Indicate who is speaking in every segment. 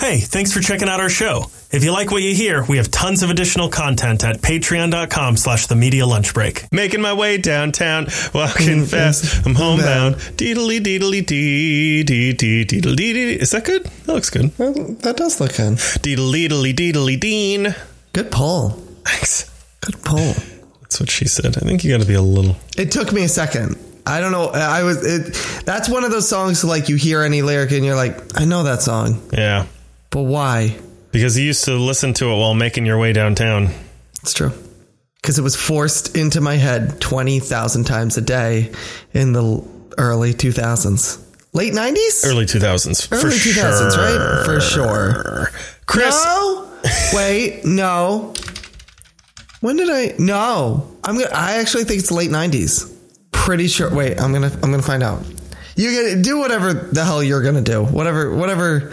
Speaker 1: Hey, thanks for checking out our show. If you like what you hear, we have tons of additional content at patreon.com slash the media lunch break. Making my way downtown,
Speaker 2: Mm,
Speaker 1: walking fast, I'm homebound.
Speaker 2: Mm-hmm.
Speaker 1: Deedly deedly dee dee dee deedly dee. Is that good? That looks good.
Speaker 2: Well, that does look good.
Speaker 1: Deedly deedly deedly dean.
Speaker 2: Good poll.
Speaker 1: Thanks.
Speaker 2: Good poll.
Speaker 1: That's what she said. I think you got to be a little.
Speaker 2: It took me a second. I don't know. I was. It, that's one of those songs like you hear any lyric and you're like, I know that song,
Speaker 1: Yeah.
Speaker 2: but why?
Speaker 1: Because you used to listen to it while making your way downtown.
Speaker 2: It's true. Because it was forced into my head 20,000 times a day in the l- early 2000s. Late 90s?
Speaker 1: Early 2000s.
Speaker 2: Early
Speaker 1: for
Speaker 2: 2000s,
Speaker 1: sure.
Speaker 2: right? For sure.
Speaker 1: Chris.
Speaker 2: No. Wait, no. When did I? No. I'm gonna, I actually think it's late 90s. Pretty sure. Wait, I'm going to I'm going to find out. You gonna do whatever the hell you're going to do. Whatever whatever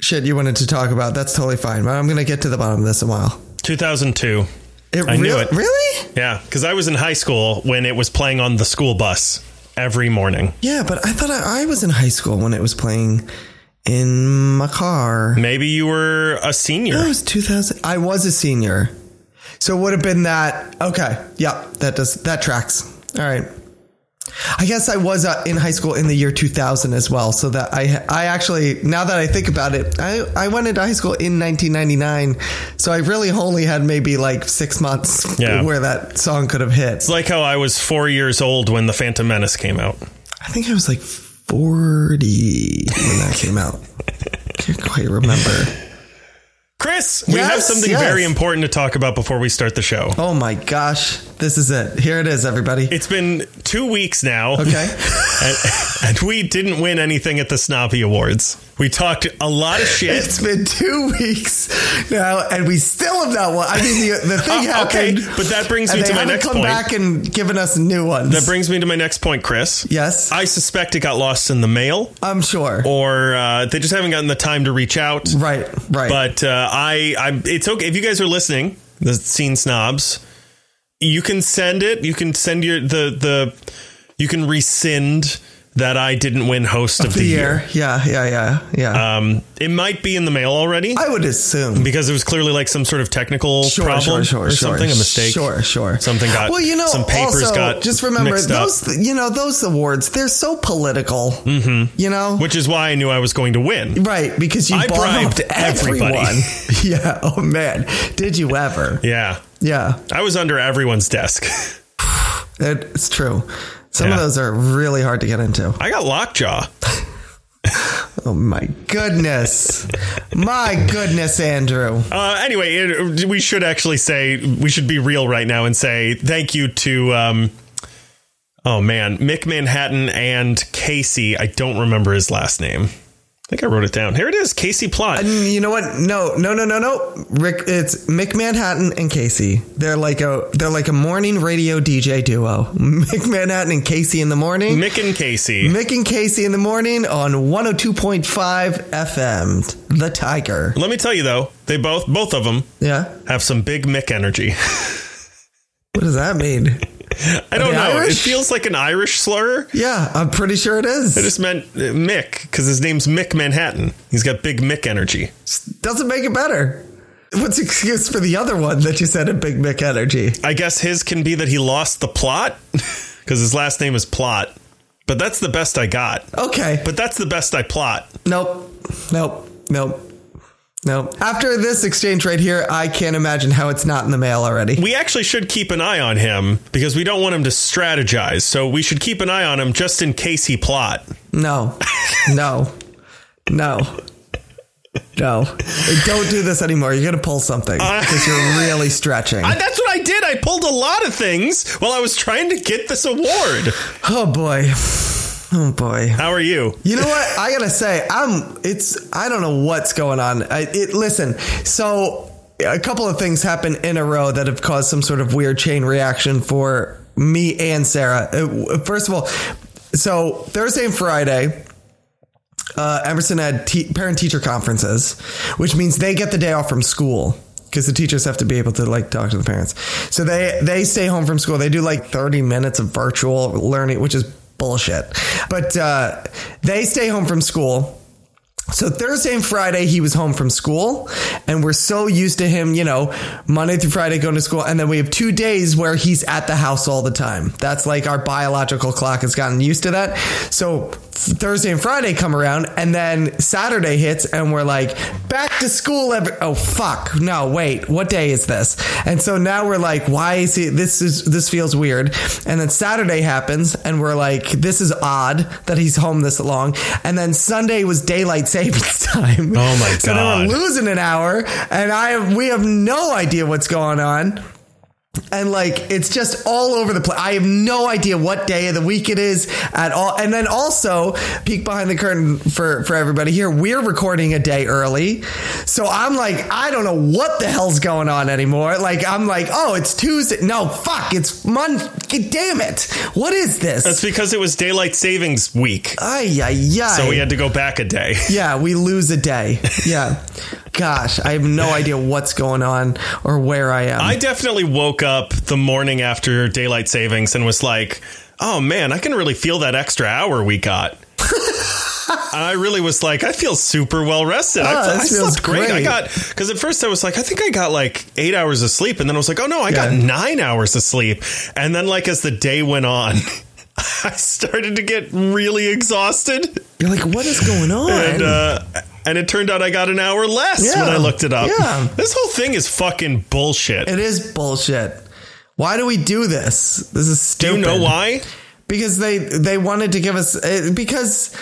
Speaker 2: shit you wanted to talk about. That's totally fine. But I'm going to get to the bottom of this in a while.
Speaker 1: 2002.
Speaker 2: It
Speaker 1: I knew
Speaker 2: real-
Speaker 1: it.
Speaker 2: Really?
Speaker 1: Yeah, because I was in high school when it was playing on the school bus every morning.
Speaker 2: Yeah, but I thought I, I was in high school when it was playing in my car.
Speaker 1: Maybe you were a
Speaker 2: That
Speaker 1: senior.
Speaker 2: was 2000. I was a senior. So it would have been that. Okay. Yep. That does, that tracks. All right. I guess I was uh, in high school in the year 2000 as well. So that I, I actually, now that I think about it, I, I went into high school in 1999. So I really only had maybe like six months
Speaker 1: Yeah.
Speaker 2: where that song could have hit.
Speaker 1: It's like how I was four years old when The Phantom Menace came out.
Speaker 2: I think I was like 40 when that came out. Can't quite remember.
Speaker 1: Chris, we have
Speaker 2: Yes,
Speaker 1: something
Speaker 2: yes.
Speaker 1: very important to talk about before we start the show.
Speaker 2: Oh my gosh. This is it. Here it is, everybody.
Speaker 1: It's been two weeks now.
Speaker 2: Okay.
Speaker 1: And, and we didn't win anything at the Snobby Awards. We talked a lot of shit.
Speaker 2: It's been two weeks now, and we still have not won. I mean, the, the thing
Speaker 1: Oh, okay,
Speaker 2: happened.
Speaker 1: but that brings
Speaker 2: and
Speaker 1: me
Speaker 2: they
Speaker 1: to my
Speaker 2: haven't
Speaker 1: next
Speaker 2: come
Speaker 1: point.
Speaker 2: back and given us new ones.
Speaker 1: That brings me to my next point, Chris.
Speaker 2: yes, I,
Speaker 1: I suspect it got lost in the mail,
Speaker 2: am sure.
Speaker 1: or uh, they just haven't gotten the time to reach out.
Speaker 2: right, right.
Speaker 1: But uh, I, I, it's okay if you guys are listening, the scene snobs. You can send it. You can send your the the. You can rescind that I didn't win host of, the,
Speaker 2: the
Speaker 1: year.
Speaker 2: year. Yeah, yeah, yeah, yeah.
Speaker 1: Um, it might be in the mail already
Speaker 2: I would assume.
Speaker 1: because it was clearly like some sort of technical
Speaker 2: Sure,
Speaker 1: problem
Speaker 2: sure, sure,
Speaker 1: or
Speaker 2: sure,
Speaker 1: something, a mistake.
Speaker 2: Sure, sure.
Speaker 1: Something got
Speaker 2: well, you know,
Speaker 1: some papers
Speaker 2: also,
Speaker 1: got
Speaker 2: just remember
Speaker 1: mixed up.
Speaker 2: those. You know, those awards. They're so political. Mm-hmm. You know,
Speaker 1: which is why I knew I was going to win.
Speaker 2: right? Because you
Speaker 1: I bribed
Speaker 2: bribed
Speaker 1: everybody.
Speaker 2: everyone. yeah. Oh man, did you ever?
Speaker 1: Yeah,
Speaker 2: Yeah.
Speaker 1: I was under everyone's desk.
Speaker 2: It's true. Some
Speaker 1: Yeah.
Speaker 2: of those are really hard to get into.
Speaker 1: I got lockjaw.
Speaker 2: Oh my goodness. my goodness, Andrew.
Speaker 1: Uh, anyway, it, we should actually say we should be real right now and say thank you to um, oh man, Mick Manhattan and Casey. I don't remember his last name. I think I wrote it down. Here it is, Casey Plot.
Speaker 2: You know what? No, no, no, no, no. Rick it's Mick Manhattan and Casey. They're like a they're like a morning radio DJ duo. Mick Manhattan and Casey in the morning. Mick,
Speaker 1: Mick and Casey.
Speaker 2: and Casey in the morning on 102.5 FM. The Tiger.
Speaker 1: Let me tell you though, they both both of them
Speaker 2: Yeah.
Speaker 1: have some big Mick energy.
Speaker 2: What does that mean?
Speaker 1: I don't
Speaker 2: they
Speaker 1: know. It
Speaker 2: Irish?
Speaker 1: feels like an Irish slur.
Speaker 2: yeah, I'm pretty sure it is.
Speaker 1: I just meant uh, Mick because his name's Mick Manhattan. He's got big Mick energy.
Speaker 2: Doesn't make it better. What's the excuse for the other one that you said at Big Mick Energy?
Speaker 1: I guess his can be that he lost the plot because his last name is Plot. But that's the best I got.
Speaker 2: Okay.
Speaker 1: But that's the best I plot.
Speaker 2: nope. Nope. Nope. Nope. After this exchange right here, I can't imagine how it's not in the mail already.
Speaker 1: We actually should keep an eye on him because we don't want him to strategize. So we should keep an eye on him just in case he plot.
Speaker 2: No. No. No. No. Don't do this anymore. You're going to pull something because you're really stretching.
Speaker 1: I, that's what I did. I pulled a lot of things while I was trying to get this award.
Speaker 2: Oh, boy. Oh, boy.
Speaker 1: How are you?
Speaker 2: You know what? I gotta say, I'm. It's. I don't know what's going on. I, it. Listen. So a couple of things happen in a row that have caused some sort of weird chain reaction for me and Sarah. Uh, First of all, so Thursday and Friday. Uh, Emerson had te- parent teacher conferences, which means they get the day off from school because the teachers have to be able to like talk to the parents. So they they stay home from school. They do like 30 minutes of virtual learning, which is bullshit. But uh, they stay home from school So Thursday and Friday, he was home from school, and we're so used to him, you know, Monday through Friday going to school, and then we have two days where he's at the house all the time. That's like our biological clock has gotten used to that. So Thursday and Friday come around, and then Saturday hits, and we're like back to school. Every- oh fuck! No, wait, what day is this? And so now we're like, why is he? This is this feels weird. And then Saturday happens, and we're like, this is odd that he's home this long. And then Sunday was daylight savings time.
Speaker 1: Oh my
Speaker 2: So now we're
Speaker 1: God.
Speaker 2: losing an hour, and I have, we have no idea what's going on. And like it's just all over the place. I have no idea what day of the week it is at all. And then also peek behind the curtain for for everybody here. We're recording a day early, so I'm like I don't know what the hell's going on anymore. Like I'm like oh it's Tuesday. No fuck it's Monday. Damn it! What is this?
Speaker 1: That's because it was daylight savings week,
Speaker 2: ay ay ay.
Speaker 1: so we had to go back a day.
Speaker 2: Yeah, we lose a day. Yeah. Gosh, I have no idea what's going on or where I am.
Speaker 1: I definitely woke up the morning after daylight savings and was like, "Oh man, I can really feel that extra hour we got." I really was like, I feel super well rested. I,
Speaker 2: Oh,
Speaker 1: I
Speaker 2: this feels
Speaker 1: slept great. I
Speaker 2: great.
Speaker 1: got because at first I was like, I think I got like eight hours of sleep, and then I was like, oh no, I got
Speaker 2: Yeah.
Speaker 1: nine hours of sleep. And then like as the day went on, I started to get really exhausted.
Speaker 2: You're like, what is going on?
Speaker 1: and uh, and it turned out I got an hour less
Speaker 2: Yeah.
Speaker 1: when I looked it up.
Speaker 2: Yeah.
Speaker 1: This whole thing is fucking bullshit.
Speaker 2: It is bullshit. Why do we do this? This is
Speaker 1: Do
Speaker 2: stupid.
Speaker 1: you know why?
Speaker 2: Because they they wanted to give us uh, because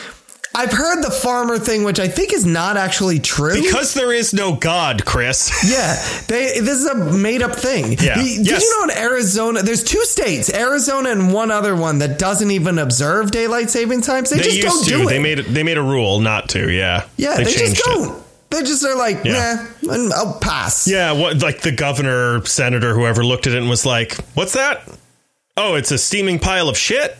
Speaker 2: I've heard the farmer thing, which I think is not actually true.
Speaker 1: Because there is no God, Chris.
Speaker 2: yeah, they this is a made up thing.
Speaker 1: Yeah.
Speaker 2: Y- Did
Speaker 1: Yes.
Speaker 2: you know in Arizona, there's two states, Arizona and one other one that doesn't even observe daylight saving times. They,
Speaker 1: They
Speaker 2: just don't
Speaker 1: used
Speaker 2: do
Speaker 1: to.
Speaker 2: it.
Speaker 1: They made it, they made a rule not to. Yeah.
Speaker 2: yeah, they, just
Speaker 1: changed it.
Speaker 2: don't. They just are like,
Speaker 1: Yeah.
Speaker 2: nah, I'm- I'll pass.
Speaker 1: Yeah, what like the governor, senator, whoever looked at it and was like, "What's that? Oh, it's a steaming pile of shit."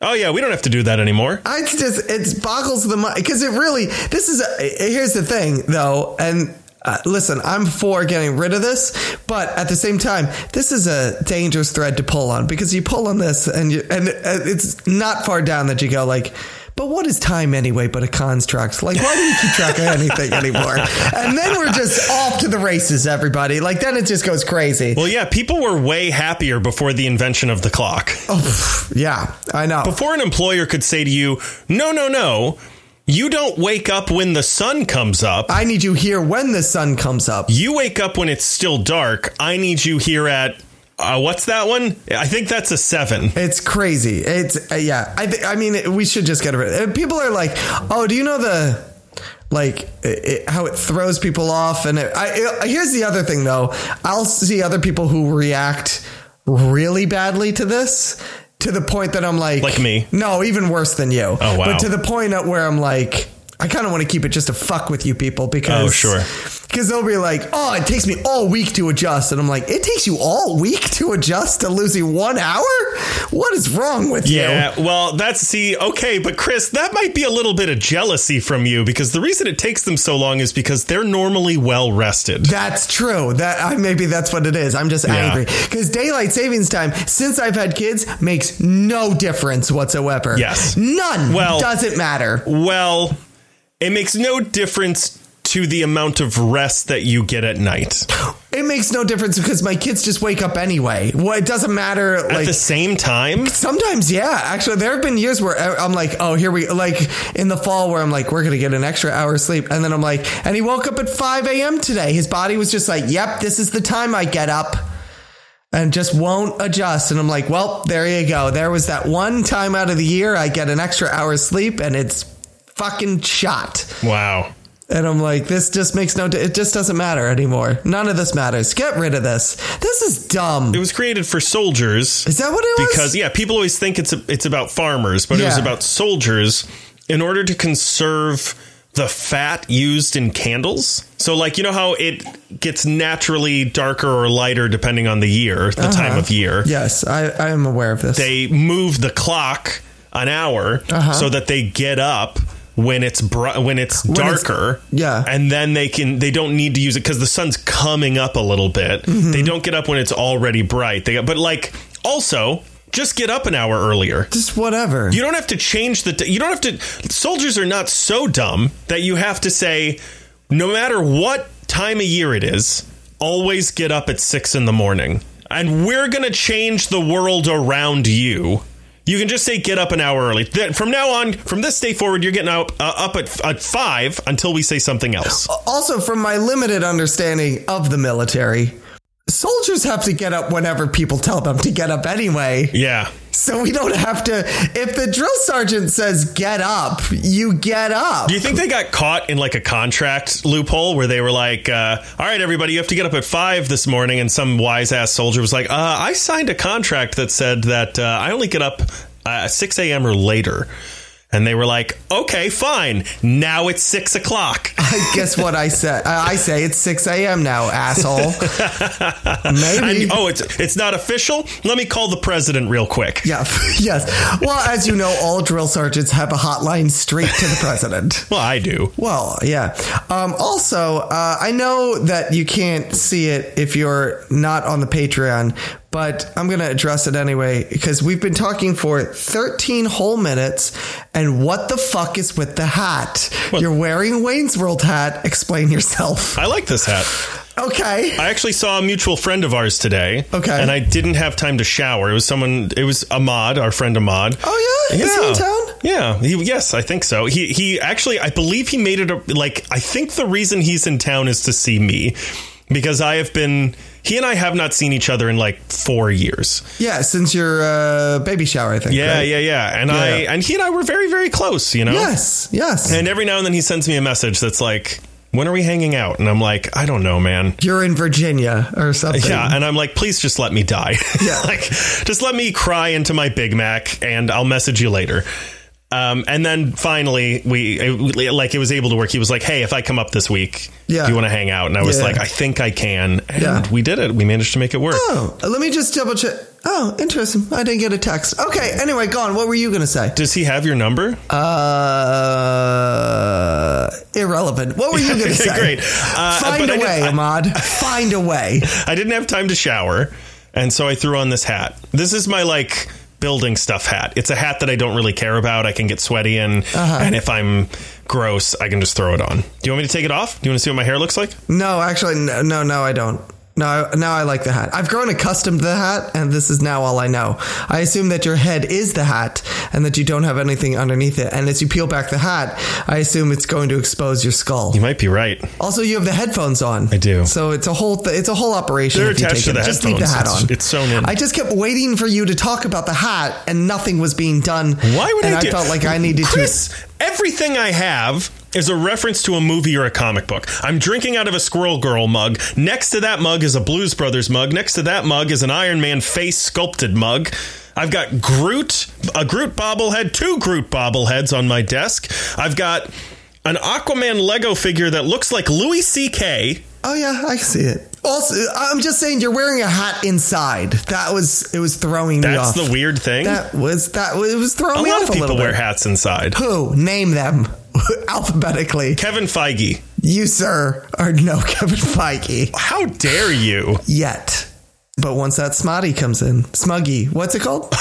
Speaker 1: Oh yeah, we don't have to do that anymore.
Speaker 2: I it's just it boggles the mind because it really this is a, here's the thing though and uh, listen I'm for getting rid of this but at the same time this is a dangerous thread to pull on because you pull on this and you and uh, it's not far down that you go like but what is time anyway but a construct like why do you keep track of anything anymore and then we're just off to the races everybody like then it just goes crazy
Speaker 1: Well, yeah, people were way happier before the invention of the clock.
Speaker 2: oh, pff, yeah I know
Speaker 1: Before an employer could say to you, "No, no, no, you don't wake up when the sun comes up.
Speaker 2: I need you here when the sun comes up
Speaker 1: You wake up when it's still dark. I need you here at uh, what's that one? I think that's a seven.
Speaker 2: It's crazy. It's uh, yeah. I th- I mean, we should just get rid. uh, People are like, oh, do you know the like it, it- how it throws people off? And it, I, it- uh, here's the other thing though. I'll see other people who react really badly to this to the point that I'm like,
Speaker 1: Like me.
Speaker 2: No, even worse than you.
Speaker 1: Oh, wow.
Speaker 2: But to the point at where I'm like. I kind of want to keep it just to fuck with you people because
Speaker 1: Oh, sure.
Speaker 2: because they'll be like, oh, it takes me all week to adjust. And I'm like, it takes you all week to adjust to losing one hour? What is wrong with you?
Speaker 1: Yeah, well, that's see, okay, but Chris, that might be a little bit of jealousy from you because the reason it takes them so long is because they're normally well rested.
Speaker 2: That's true. That I, maybe that's what it is. I'm just angry because daylight savings time, since I've had kids, makes no difference whatsoever.
Speaker 1: Yes.
Speaker 2: none.
Speaker 1: Well-
Speaker 2: doesn't matter.
Speaker 1: Well, it makes no difference to the amount of rest that you get at night.
Speaker 2: It makes no difference because my kids just wake up anyway. Well, it doesn't matter.
Speaker 1: At
Speaker 2: like
Speaker 1: the same time,
Speaker 2: Sometimes, yeah. Actually, there have been years where I'm like, oh, here we like in the fall where I'm like, we're gonna get an extra hour of sleep, and then I'm like, and he woke up at 5 a.m. today. His body was just like, yep, this is the time I get up, and just won't adjust. And I'm like, well, there you go. There was that one time out of the year I get an extra hour of sleep, and it's fucking shot.
Speaker 1: wow.
Speaker 2: And I'm like, this just makes no. It just doesn't matter anymore. None of this matters. Get rid of this. This is dumb.
Speaker 1: It was created for soldiers
Speaker 2: Is that what it was?
Speaker 1: because yeah, people always think it's it's about farmers, but it was
Speaker 2: Yeah.
Speaker 1: about soldiers in order to conserve the fat used in candles. So like you know how it gets naturally darker or lighter depending on the year, the
Speaker 2: Uh-huh.
Speaker 1: time of year.
Speaker 2: yes, I, I am aware of this.
Speaker 1: They move the clock an hour
Speaker 2: Uh-huh.
Speaker 1: so that they get up when it's br- when it's
Speaker 2: it's-
Speaker 1: darker.
Speaker 2: yeah.
Speaker 1: And then they can they don't need to use it cuz the sun's
Speaker 2: Mm-hmm.
Speaker 1: coming up a little bit. They don't get up when it's already bright. They got, but like also Just get up an hour earlier.
Speaker 2: Just whatever.
Speaker 1: You don't have to change the. T- you don't have to. Soldiers are not so dumb that you have to say, no matter what time of year it is, always get up at six in the morning. And we're going to change the world around you. You can just say get up an hour early. Then from now on, from this day forward, you're getting up uh, up at, at five until we say something else.
Speaker 2: also, from my limited understanding of the military, soldiers have to get up whenever people tell them to get up anyway.
Speaker 1: Yeah,
Speaker 2: So we don't have to. If the drill sergeant says get up, you get up.
Speaker 1: Do you think they got caught in like a contract loophole where they were like, uh, "All right, everybody, you have to get up at five this morning," and some wise ass soldier was like, uh, "I signed a contract that said that uh, I only get up uh, six a.m. or later," and they were like, "Okay, fine. Now it's six o'clock."
Speaker 2: Guess what I said? I I say it's 6 a.m. now, asshole. Maybe.
Speaker 1: And, oh, it's it's not official. Let me call the president real quick.
Speaker 2: Yeah, yes. Well, as you know, all drill sergeants have a hotline straight to the president.
Speaker 1: Well, I do.
Speaker 2: Well, yeah. Um, also, uh, I know that you can't see it if you're not on the Patreon, but I'm going to address it anyway because we've been talking for 13 whole minutes. And what the fuck is with the hat? You're wearing Wayne's World hat. Explain yourself.
Speaker 1: I like this hat.
Speaker 2: Okay.
Speaker 1: I actually saw a mutual friend of ours today.
Speaker 2: Okay.
Speaker 1: And I didn't have time to shower. It was someone. It was Ahmad, our friend Ahmad.
Speaker 2: Oh, yeah. Is he in town?
Speaker 1: Yeah. He, yes, I think so. He he actually, I believe he made it a, like I think the reason he's in town is to see me because I have been. He and I have not seen each other in like four years.
Speaker 2: Yeah, since your uh, baby shower, I think.
Speaker 1: Yeah,
Speaker 2: right?
Speaker 1: yeah, yeah. And I
Speaker 2: Yeah.
Speaker 1: and he and I were very very close. You know.
Speaker 2: Yes, yes.
Speaker 1: And every now and then he sends me a message that's like, "When are we hanging out?" And I'm like, "I don't know, man."
Speaker 2: you're in Virginia or something.
Speaker 1: Yeah, and I'm like, please just let me die.
Speaker 2: Yeah.
Speaker 1: like, just let me cry into my Big Mac, and I'll message you later. Um, and then finally, we it, like it was able to work. He was like, "Hey, if I come up this week,
Speaker 2: Yeah.
Speaker 1: do you want to hang out?" And I was
Speaker 2: Yeah.
Speaker 1: like, "I think I can." And
Speaker 2: Yeah.
Speaker 1: we did it. We managed to make it work.
Speaker 2: Oh, let me just double check. Oh, interesting. I didn't get a text. Okay, anyway, gone. What were you going to say?
Speaker 1: Does he have your number?
Speaker 2: Uh, irrelevant. What were you going to
Speaker 1: Okay,
Speaker 2: say?
Speaker 1: great. Uh,
Speaker 2: Find
Speaker 1: but I
Speaker 2: a
Speaker 1: did-
Speaker 2: way,
Speaker 1: I-
Speaker 2: Ahmad. Find a way.
Speaker 1: I didn't have time to shower, and so I threw on this hat. This is my like building stuff hat. It's a hat that I don't really care about. I can get sweaty in, and if I'm gross, I can just throw it on. Do you want me to take it off? Do you want to see what my hair looks like?
Speaker 2: No, actually, no, no, no I don't. No, I- now I like the hat. I've grown accustomed to the hat, and this is now all I know. I assume that your head is the hat, and that you don't have anything underneath it. And as you peel back the hat, I assume it's going to expose your skull.
Speaker 1: You might be right.
Speaker 2: Also, you have the headphones on.
Speaker 1: I do.
Speaker 2: So it's a whole th- it's a whole operation.
Speaker 1: They're
Speaker 2: if you
Speaker 1: attached
Speaker 2: take
Speaker 1: to the
Speaker 2: it.
Speaker 1: headphones.
Speaker 2: Just leave the hat
Speaker 1: It's-
Speaker 2: on.
Speaker 1: It's, sewn in.
Speaker 2: I just kept waiting for you to talk about the hat, and nothing was being done.
Speaker 1: Why would
Speaker 2: and
Speaker 1: I, do?
Speaker 2: felt like I needed
Speaker 1: Chris, everything I have is a reference to a movie or a comic book. I'm drinking out of a Squirrel Girl mug. Next to that mug is a Blues Brothers mug. Next to that mug is an Iron Man face sculpted mug. I've got Groot, a Groot bobblehead, two Groot bobbleheads on my desk. I've got an Aquaman Lego figure that looks like Louis C.K.
Speaker 2: to. Oh yeah, I can see it. Also, I'm just saying you're wearing a hat inside. That was it was throwing me
Speaker 1: That's
Speaker 2: off.
Speaker 1: the weird thing.
Speaker 2: that was that was- it was throwing
Speaker 1: a
Speaker 2: me
Speaker 1: lot
Speaker 2: off
Speaker 1: of
Speaker 2: a little
Speaker 1: people wear
Speaker 2: bit.
Speaker 1: hats inside.
Speaker 2: Who name them alphabetically?
Speaker 1: Kevin Feige,
Speaker 2: You sir are no Kevin Feige
Speaker 1: how dare you?
Speaker 2: yet. But once that smotty comes in, smuggy, what's it called?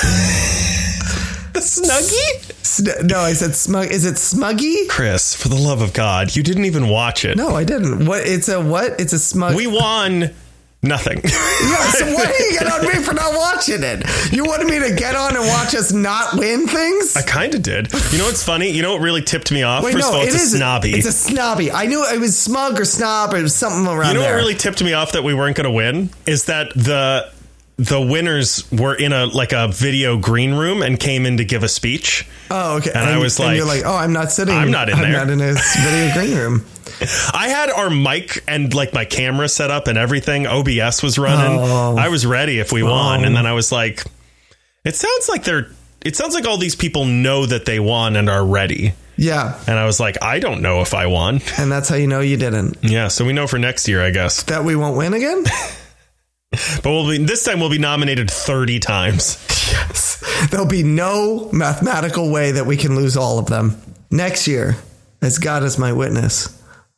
Speaker 1: The Snuggie?
Speaker 2: Sn- no, I said smug. Is it smuggy?
Speaker 1: Chris, for the love of God, you didn't even watch it.
Speaker 2: No, I didn't. What? It's a what? It's a smug.
Speaker 1: We won nothing.
Speaker 2: yeah, so why do you get on me for not watching it? You wanted me to get on and watch us not win things?
Speaker 1: I kind of did. You know what's funny? You know what really tipped me off?
Speaker 2: Wait,
Speaker 1: First
Speaker 2: no,
Speaker 1: of all, it's
Speaker 2: it
Speaker 1: a
Speaker 2: is-
Speaker 1: snobby.
Speaker 2: It's a snobby. I knew it was smug or snob or it was something around
Speaker 1: you know
Speaker 2: there.
Speaker 1: what really tipped me off that we weren't going to win is that the the winners were in a like a video green room and came in to give a speech.
Speaker 2: oh, okay.
Speaker 1: And I was
Speaker 2: and you're
Speaker 1: like,
Speaker 2: like, oh, I'm not sitting.
Speaker 1: I'm not in
Speaker 2: I'm
Speaker 1: there."
Speaker 2: not in this video green room.
Speaker 1: I had our mic and like my camera set up and everything. OBS was running.
Speaker 2: Oh.
Speaker 1: I was ready if we won, and then I was like, it sounds like they're. It sounds like all these people know that they won and are ready.
Speaker 2: Yeah,
Speaker 1: And I was like, I don't know if I won.
Speaker 2: and that's how you know you didn't.
Speaker 1: Yeah, so we know for next year, I guess.
Speaker 2: That we won't win again.
Speaker 1: But we'll be this time we'll be nominated 30 times.
Speaker 2: There'll be no mathematical way that we can lose all of them. Next year, as God is my witness,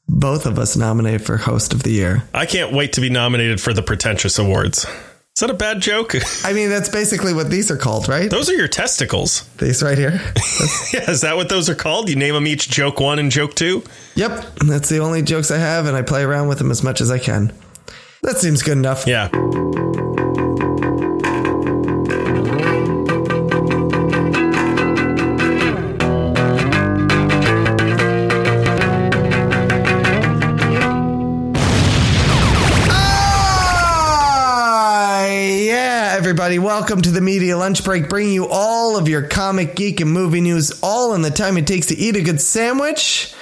Speaker 2: both of us nominated for host of the year.
Speaker 1: I can't wait to be nominated for the pretentious awards. Is that a bad joke?
Speaker 2: I mean, that's basically what these are called, right?
Speaker 1: Those are your testicles.
Speaker 2: These right here.
Speaker 1: Yeah, is that what those are called? You name them each joke one and joke two?
Speaker 2: yep, that's the only jokes I have, and I play around with them as much as I can. That seems good enough.
Speaker 1: Yeah.
Speaker 2: Ah, yeah, everybody, welcome to the Media Lunch Break, bringing you all of your comic, geek, and movie news, all in the time it takes to eat a good sandwich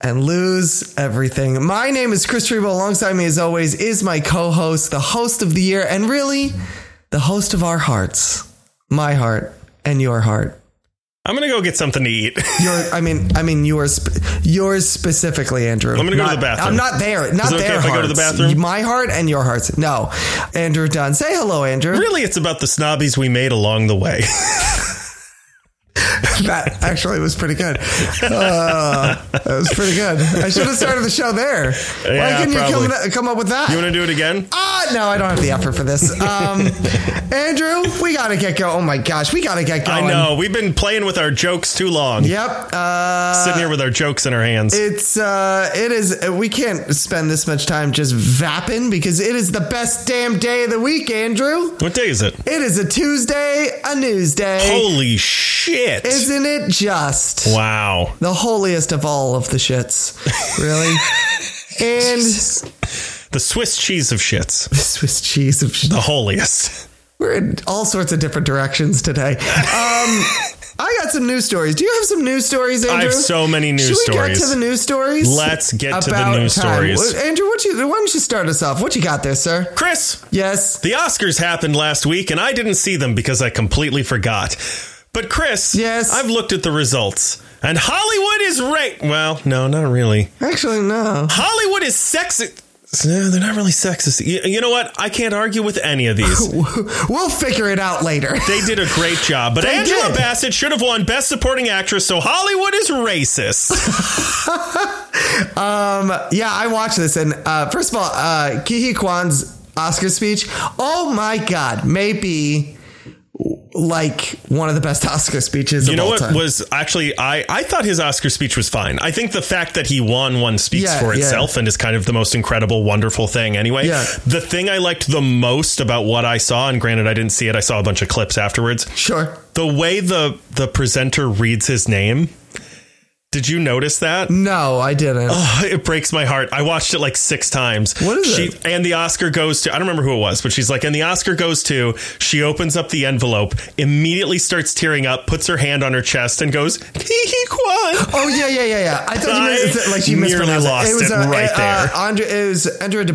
Speaker 2: and lose everything. My name is Chris Rebo. Alongside me, as always, is my co host, the host of the year, and really the host of our hearts, my heart and your heart.
Speaker 1: I'm going to go get something to eat.
Speaker 2: Your, I mean, I mean yours, sp- yours specifically, Andrew. I'm
Speaker 1: gonna go to the bathroom.
Speaker 2: I'm not there. Not
Speaker 1: it okay
Speaker 2: there.
Speaker 1: if I go to the
Speaker 2: hearts.
Speaker 1: bathroom?
Speaker 2: My heart and your hearts. No, Andrew Dunn. Say hello, Andrew.
Speaker 1: really, it's about the snobbies we made along the way.
Speaker 2: that actually was pretty good. Uh, that was pretty good. I should have started the show there.
Speaker 1: Yeah,
Speaker 2: Why couldn't
Speaker 1: probably.
Speaker 2: you come, th- come up with that?
Speaker 1: You want to do it again?
Speaker 2: Ah, no, I don't have the effort for this. Um, Andrew, we gotta get going. Oh my gosh, we gotta get going.
Speaker 1: I know. We've been playing with our jokes too long.
Speaker 2: Yep. Uh,
Speaker 1: Sitting here with our jokes in our hands.
Speaker 2: It's uh, it is. We can't spend this much time just vapping because it is the best damn day of the week, Andrew.
Speaker 1: what day is it?
Speaker 2: It is a Tuesday, a news day,
Speaker 1: Holy shit.
Speaker 2: isn't it? Just
Speaker 1: wow.
Speaker 2: the holiest of all of the shits, really. and
Speaker 1: The Swiss cheese of shits.
Speaker 2: Swiss cheese of shit.
Speaker 1: The holiest.
Speaker 2: We're in all sorts of different directions today. Um, I got some news stories. Do you have some news stories, Andrew?
Speaker 1: I have so many news
Speaker 2: Should we
Speaker 1: stories.
Speaker 2: get to the news stories?
Speaker 1: Let's get to the
Speaker 2: About
Speaker 1: news
Speaker 2: time.
Speaker 1: stories.
Speaker 2: Andrew, what you, why don't you start us off? What you got there, sir?
Speaker 1: Chris,
Speaker 2: Yes.
Speaker 1: the Oscars happened last week and I didn't see them because I completely forgot. But Chris,
Speaker 2: Yes?
Speaker 1: I've looked at the results and Hollywood is right. Well, no, not really.
Speaker 2: Actually, no.
Speaker 1: Hollywood is sexist. No, they're not really sexist. You, you know what? I can't argue with any of these.
Speaker 2: We'll figure it out later.
Speaker 1: They did a great job, but
Speaker 2: They
Speaker 1: Angela
Speaker 2: did.
Speaker 1: Bassett should have won Best Supporting Actress, so Hollywood is racist.
Speaker 2: yeah, I watched this, and uh, first of all, uh, Kihi Kwan's Oscar speech. Oh my God, maybe like one of the best Oscar speeches.
Speaker 1: You
Speaker 2: of
Speaker 1: know
Speaker 2: all
Speaker 1: what
Speaker 2: time.
Speaker 1: was actually I I thought his Oscar speech was fine. I think the fact that he won one speaks
Speaker 2: Yeah,
Speaker 1: for
Speaker 2: yeah.
Speaker 1: itself and is kind of the most incredible wonderful thing anyway.
Speaker 2: Yeah.
Speaker 1: The thing I liked the most about what I saw and granted I didn't see it. I saw a bunch of clips afterwards.
Speaker 2: Sure.
Speaker 1: The way the the presenter reads his name. Did you notice that?
Speaker 2: No, I
Speaker 1: Oh,
Speaker 2: didn't.
Speaker 1: it breaks my heart. I watched it like six times.
Speaker 2: What is
Speaker 1: she,
Speaker 2: it?
Speaker 1: And the Oscar goes to, I don't remember who it was, but she's like, and the Oscar goes to, she opens up the envelope, immediately starts tearing up, puts her hand on her chest, and goes, hee hee kwan.
Speaker 2: Oh yeah, yeah, yeah, yeah. I thought you meant it's like she
Speaker 1: I
Speaker 2: mispronounced
Speaker 1: nearly lost
Speaker 2: it. was
Speaker 1: it
Speaker 2: uh,
Speaker 1: right
Speaker 2: uh,
Speaker 1: there.
Speaker 2: Andre, it was Andrea De,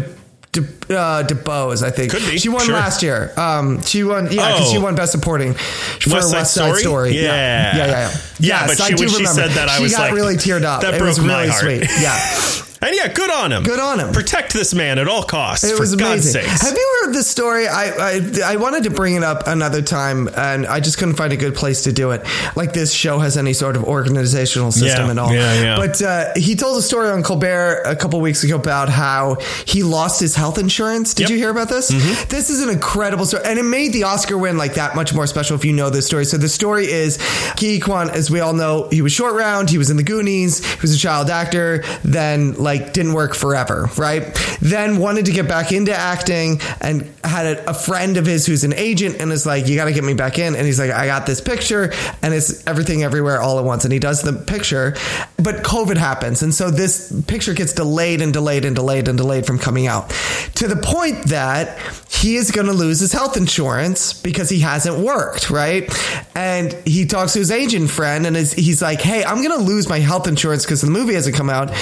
Speaker 2: De, uh, DeBose, I think.
Speaker 1: Could be,
Speaker 2: She won
Speaker 1: sure.
Speaker 2: last year. Um, she won. Yeah, because
Speaker 1: Oh.
Speaker 2: she won Best Supporting for
Speaker 1: West Side Story?
Speaker 2: Yeah,
Speaker 1: Yeah.
Speaker 2: yeah, yeah. yeah.
Speaker 1: Yeah,
Speaker 2: Yes,
Speaker 1: but
Speaker 2: I
Speaker 1: she-
Speaker 2: do
Speaker 1: when she
Speaker 2: remember.
Speaker 1: said that, I
Speaker 2: she
Speaker 1: was
Speaker 2: got
Speaker 1: like,
Speaker 2: really teared up.
Speaker 1: that
Speaker 2: it was
Speaker 1: broke my
Speaker 2: really
Speaker 1: heart.
Speaker 2: sweet. Yeah.
Speaker 1: And yeah, good on him.
Speaker 2: Good on him.
Speaker 1: Protect this man at all costs.
Speaker 2: It
Speaker 1: for
Speaker 2: was
Speaker 1: God's
Speaker 2: amazing.
Speaker 1: sakes.
Speaker 2: Have you heard this story? I, I I wanted to bring it up another time, and I just couldn't find a good place to do it. Like this show has any sort of organizational system
Speaker 1: Yeah,
Speaker 2: and all.
Speaker 1: yeah, yeah.
Speaker 2: But uh, he told a story on Colbert a couple weeks ago about how he lost his health insurance.
Speaker 1: Yep.
Speaker 2: Did
Speaker 1: Mm-hmm.
Speaker 2: you hear about this? This is an incredible story, and it made the Oscar win like that much more special if you know this story. So the story is Ki Kwan, as we all know, he was short round. He was in the Goonies. He was a child actor. Then like didn't work forever, right? Then wanted to get back into acting and had a, a friend of his who's an agent and is like, "You got to get me back in." And he's like, "I got this picture, and it's everything everywhere all at once." And he does the picture, but COVID happens, and so this picture gets delayed and delayed and delayed and delayed from coming out to the point that he is going to lose his health insurance because he hasn't worked, right? And he talks to his agent friend, and is, he's like, "Hey, I'm going to lose my health insurance because the movie hasn't come out."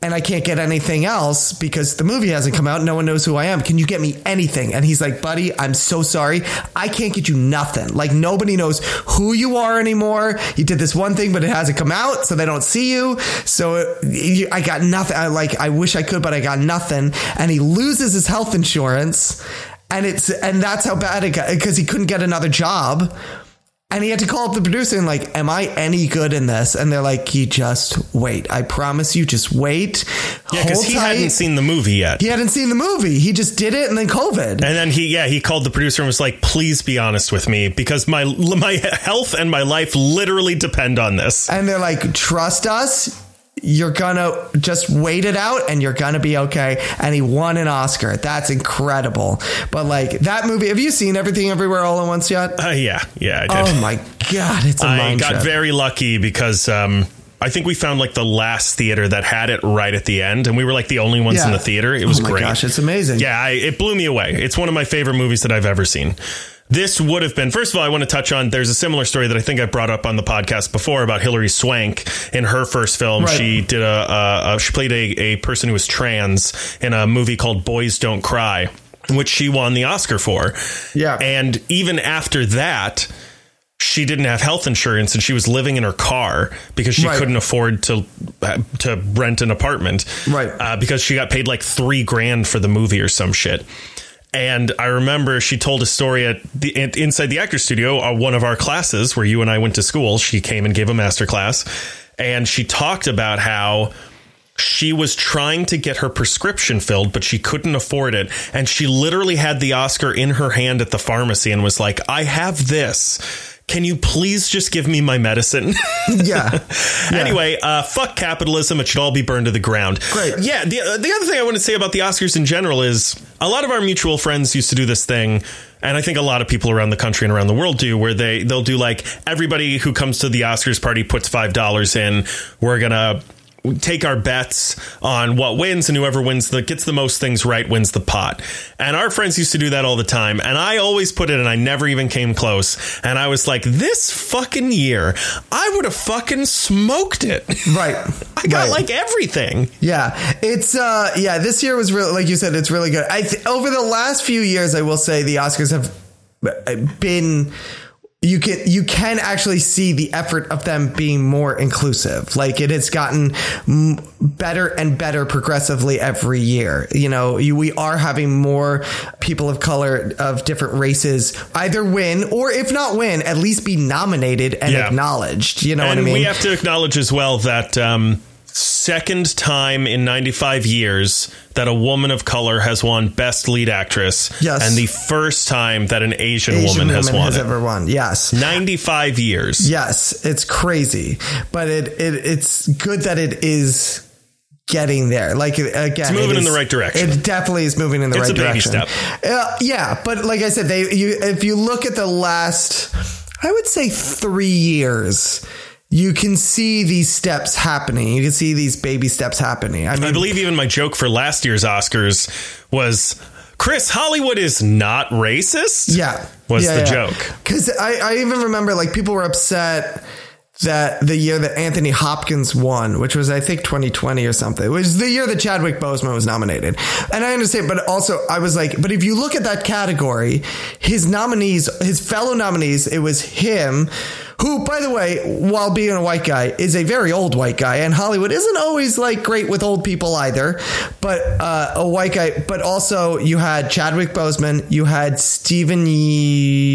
Speaker 2: and I can't get anything else because the movie hasn't come out. No one knows who I am. Can you get me anything? And he's like, buddy, I'm so sorry. I can't get you nothing. Like nobody knows who you are anymore. You did this one thing, but it hasn't come out. So they don't see you. So uh, you- I got nothing. I like, I wish I could, but I got nothing. And he loses his health insurance and it's, and that's how bad it got because he couldn't get another job And he had to call up the producer and like, am I any good in this? And they're like, you just wait. I promise you, just wait.
Speaker 1: Yeah, because
Speaker 2: Hold
Speaker 1: he
Speaker 2: tight."
Speaker 1: hadn't seen the movie yet.
Speaker 2: He hadn't seen the movie. He just did it and then COVID.
Speaker 1: And then he, yeah, he called the producer and was like, "Please be honest with me, because my my health and my life literally depend on this."
Speaker 2: And they're like, trust us. You're gonna just wait it out and you're gonna be okay. And he won an Oscar. That's incredible. But like that movie, have you seen Everything Everywhere All at Once yet?
Speaker 1: Uh, yeah, yeah, I did.
Speaker 2: Oh my God, it's a
Speaker 1: I
Speaker 2: mind
Speaker 1: got
Speaker 2: trip.
Speaker 1: very lucky because um, I think we found like the last theater that had it right at the end, and we were like the only ones
Speaker 2: Yeah.
Speaker 1: in the theater. It was
Speaker 2: oh my
Speaker 1: great.
Speaker 2: gosh, it's amazing.
Speaker 1: Yeah, I, it blew me away. It's one of my favorite movies that I've ever seen. This would have been, first of all, I want to touch on there's a similar story that I think I brought up on the podcast before about Hilary Swank in her first film.
Speaker 2: Right.
Speaker 1: She did a, a, a she played a, a person who was trans in a movie called Boys Don't Cry, which she won the Oscar for.
Speaker 2: Yeah.
Speaker 1: And even after that, she didn't have health insurance and she was living in her car because she
Speaker 2: Right.
Speaker 1: couldn't afford to to rent an apartment.
Speaker 2: Right.
Speaker 1: Uh, because she got paid like three grand for the movie or some shit. And I remember she told a story at the at, inside the actor studio, uh, one of our classes where you and I went to school. She came and gave a master class, and she talked about how she was trying to get her prescription filled, but she couldn't afford it. And she literally had the Oscar in her hand at the pharmacy and was like, I have this. Can you please just give me my medicine?
Speaker 2: yeah.
Speaker 1: Anyway, uh, fuck capitalism. It should all be burned to the ground.
Speaker 2: Great.
Speaker 1: Yeah. The, uh, the other thing I want to say about the Oscars in general is a lot of our mutual friends used to do this thing. And I think a lot of people around the country and around the world do where they they'll do like everybody who comes to the Oscars party puts five dollars in. We're going to take our bets on what wins and whoever wins the gets the most things right wins the pot. And our friends used to do that all the time. And I always put it and I never even came close. And I was like, this fucking year, I would have fucking smoked it.
Speaker 2: Right.
Speaker 1: I got
Speaker 2: Right.
Speaker 1: like everything.
Speaker 2: Yeah, it's uh yeah, this year was really like you said it's really good. I th- over the last few years I will say the Oscars have uh, been you can you can actually see the effort of them being more inclusive. Like it has gotten mm, better and better progressively every year. You know, you, we are having more people of color of different races either win or if not win, at least be nominated and
Speaker 1: Yeah.
Speaker 2: acknowledged. You know
Speaker 1: and
Speaker 2: what I mean?
Speaker 1: we have to acknowledge as well that um, second time in 95 years that a woman of color has won Best Lead Actress.
Speaker 2: Yes.
Speaker 1: And the first time that an Asian,
Speaker 2: Asian
Speaker 1: woman has won it.
Speaker 2: ever won. Yes.
Speaker 1: 95 years.
Speaker 2: Yes, it's crazy, but it, it it's good that it is getting there. Like again, it's
Speaker 1: moving in the right direction.
Speaker 2: It definitely is moving in the
Speaker 1: It's
Speaker 2: right
Speaker 1: a baby
Speaker 2: direction. Uh, yeah, but like I said, they you if you look at the last, I would say three years. You can see these steps happening. You can see these baby steps happening. I mean,
Speaker 1: I believe even my joke for last year's Oscars was Chris Hollywood is not racist.
Speaker 2: Yeah.
Speaker 1: Was
Speaker 2: yeah,
Speaker 1: the
Speaker 2: yeah.
Speaker 1: joke.
Speaker 2: Cause I, I even remember like people were upset that the year that Anthony Hopkins won, which was I think 2020 or something, which is the year that Chadwick Boseman was nominated. And I understand, but also I was like, but if you look at that category, his nominees, his fellow nominees, it was him. Who, by the way, while being a white guy, is a very old white guy, and Hollywood isn't always like great with old people either. But uh, a white guy, but also you had Chadwick Boseman, you had Stephen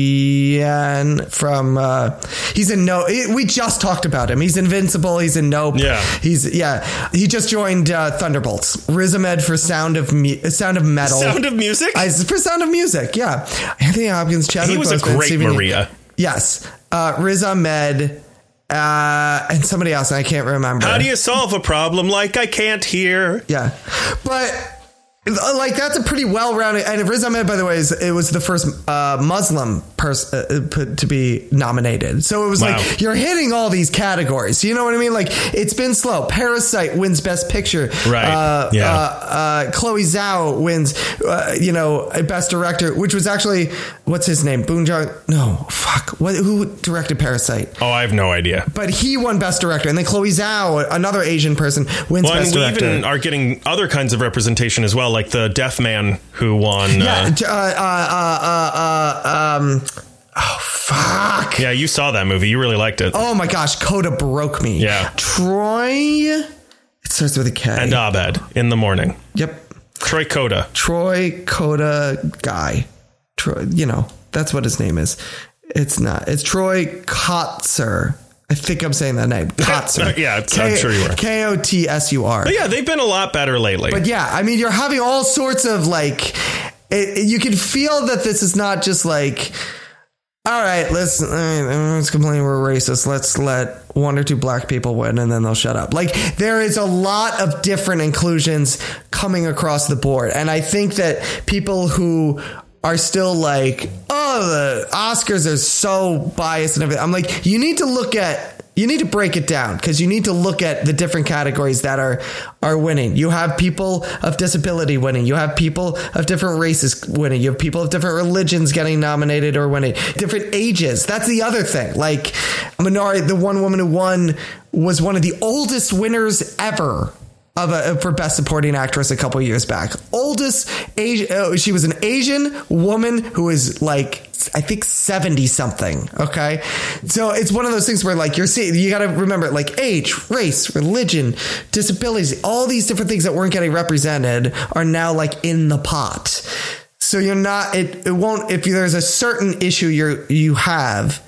Speaker 2: Yeun from uh, he's in no. It, we just talked about him. He's invincible. He's in Nope.
Speaker 1: Yeah.
Speaker 2: he's yeah. He just joined uh, Thunderbolts. Riz Ahmed for Sound of Me- Sound of Metal.
Speaker 1: Sound of Music?
Speaker 2: I- for Sound of Music, yeah. Anthony Hopkins, Chadwick
Speaker 1: he was a
Speaker 2: Boseman,
Speaker 1: great
Speaker 2: Stephen Yeun.
Speaker 1: Maria.
Speaker 2: Yes. Uh, Riz Ahmed uh, and somebody else, and I can't remember.
Speaker 1: How do you solve a problem like I can't hear?
Speaker 2: Yeah. But uh, like that's a pretty well-rounded and Riz Ahmed by the way is it was the first uh, Muslim person uh, put- to be nominated so it was
Speaker 1: Wow.
Speaker 2: like you're hitting all these categories you know what I mean like it's been slow Parasite wins Best Picture
Speaker 1: Right.
Speaker 2: uh,
Speaker 1: Yeah.
Speaker 2: uh, uh, Chloe Zhao wins uh, you know Best Director which was actually what's his name Boon Jong no fuck what, who directed Parasite
Speaker 1: Oh, I have no idea.
Speaker 2: but he won Best Director, and then Chloe Zhao, another Asian person, wins
Speaker 1: Well, and
Speaker 2: Best
Speaker 1: we
Speaker 2: Director.
Speaker 1: even uh, are getting other kinds of representation as well, like the deaf man who won. Yeah,
Speaker 2: yeah,
Speaker 1: uh,
Speaker 2: j- uh, uh, uh, uh, um, oh fuck!
Speaker 1: yeah you saw that movie. You really liked it.
Speaker 2: Oh my gosh, Coda broke me.
Speaker 1: Yeah.
Speaker 2: Troy. It starts with a K.
Speaker 1: and uh, Abed in the morning.
Speaker 2: yep,
Speaker 1: Troy Coda.
Speaker 2: Troy Coda guy. Troy, you know that's what his name is. It's not. It's Troy Kotzer. I think I'm saying that name. Kotzer.
Speaker 1: Yeah, it's- I'm sure you are.
Speaker 2: K O T S U R.
Speaker 1: But yeah, they've been a lot better lately.
Speaker 2: But yeah, I mean, you're having all sorts of like, it, it- you can feel that this is not just like, all right, let's all right, everyone's complaining we're racist. Let's let one or two black people win, and then they'll shut up. Like there is a lot of different inclusions coming across the board, and I think that people who are still like, oh, the Oscars are so biased and everything. I'm like, you need to look at you need to break it down because you need to look at the different categories that are are winning. You have people of disability winning. You have people of different races winning. You have people of different religions getting nominated or winning. Different ages. That's the other thing. Like Minari, the one woman who won was one of the oldest winners ever of a, for best supporting actress a couple years back. Oldest Asian, oh, she was an Asian woman who is like I think seventy something. Okay, so it's one of those things where like you're seeing you got to remember like age, race, religion, disabilities, all these different things that weren't getting represented are now like in the pot. So you're not it, it won't if there's a certain issue you you have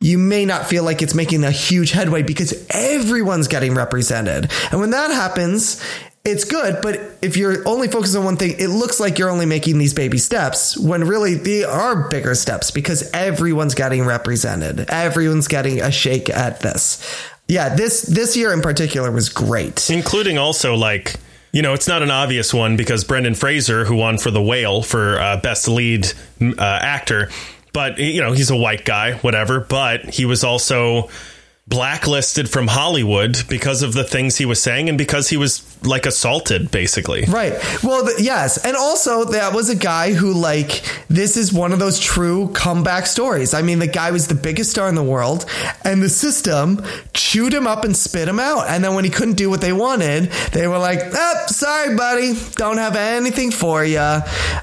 Speaker 2: you may not feel like it's making a huge headway because everyone's getting represented. And when that happens, it's good, but if you're only focused on one thing, it looks like you're only making these baby steps when really they are bigger steps because everyone's getting represented. Everyone's getting a shake at this. Yeah, this this year in particular was great.
Speaker 1: including also like you know it's not an obvious one because brendan fraser who won for the whale for uh, best lead m- uh, actor but you know he's a white guy whatever but he was also blacklisted from hollywood because of the things he was saying and because he was like assaulted basically
Speaker 2: Right. Well, th- yes. And also, that was a guy who, like, this is one of those true comeback stories. I mean, the guy was the biggest star in the world, and the system chewed him up and spit him out. And then when he couldn't do what they wanted, they were like, oh, sorry, buddy. Don't have anything for you.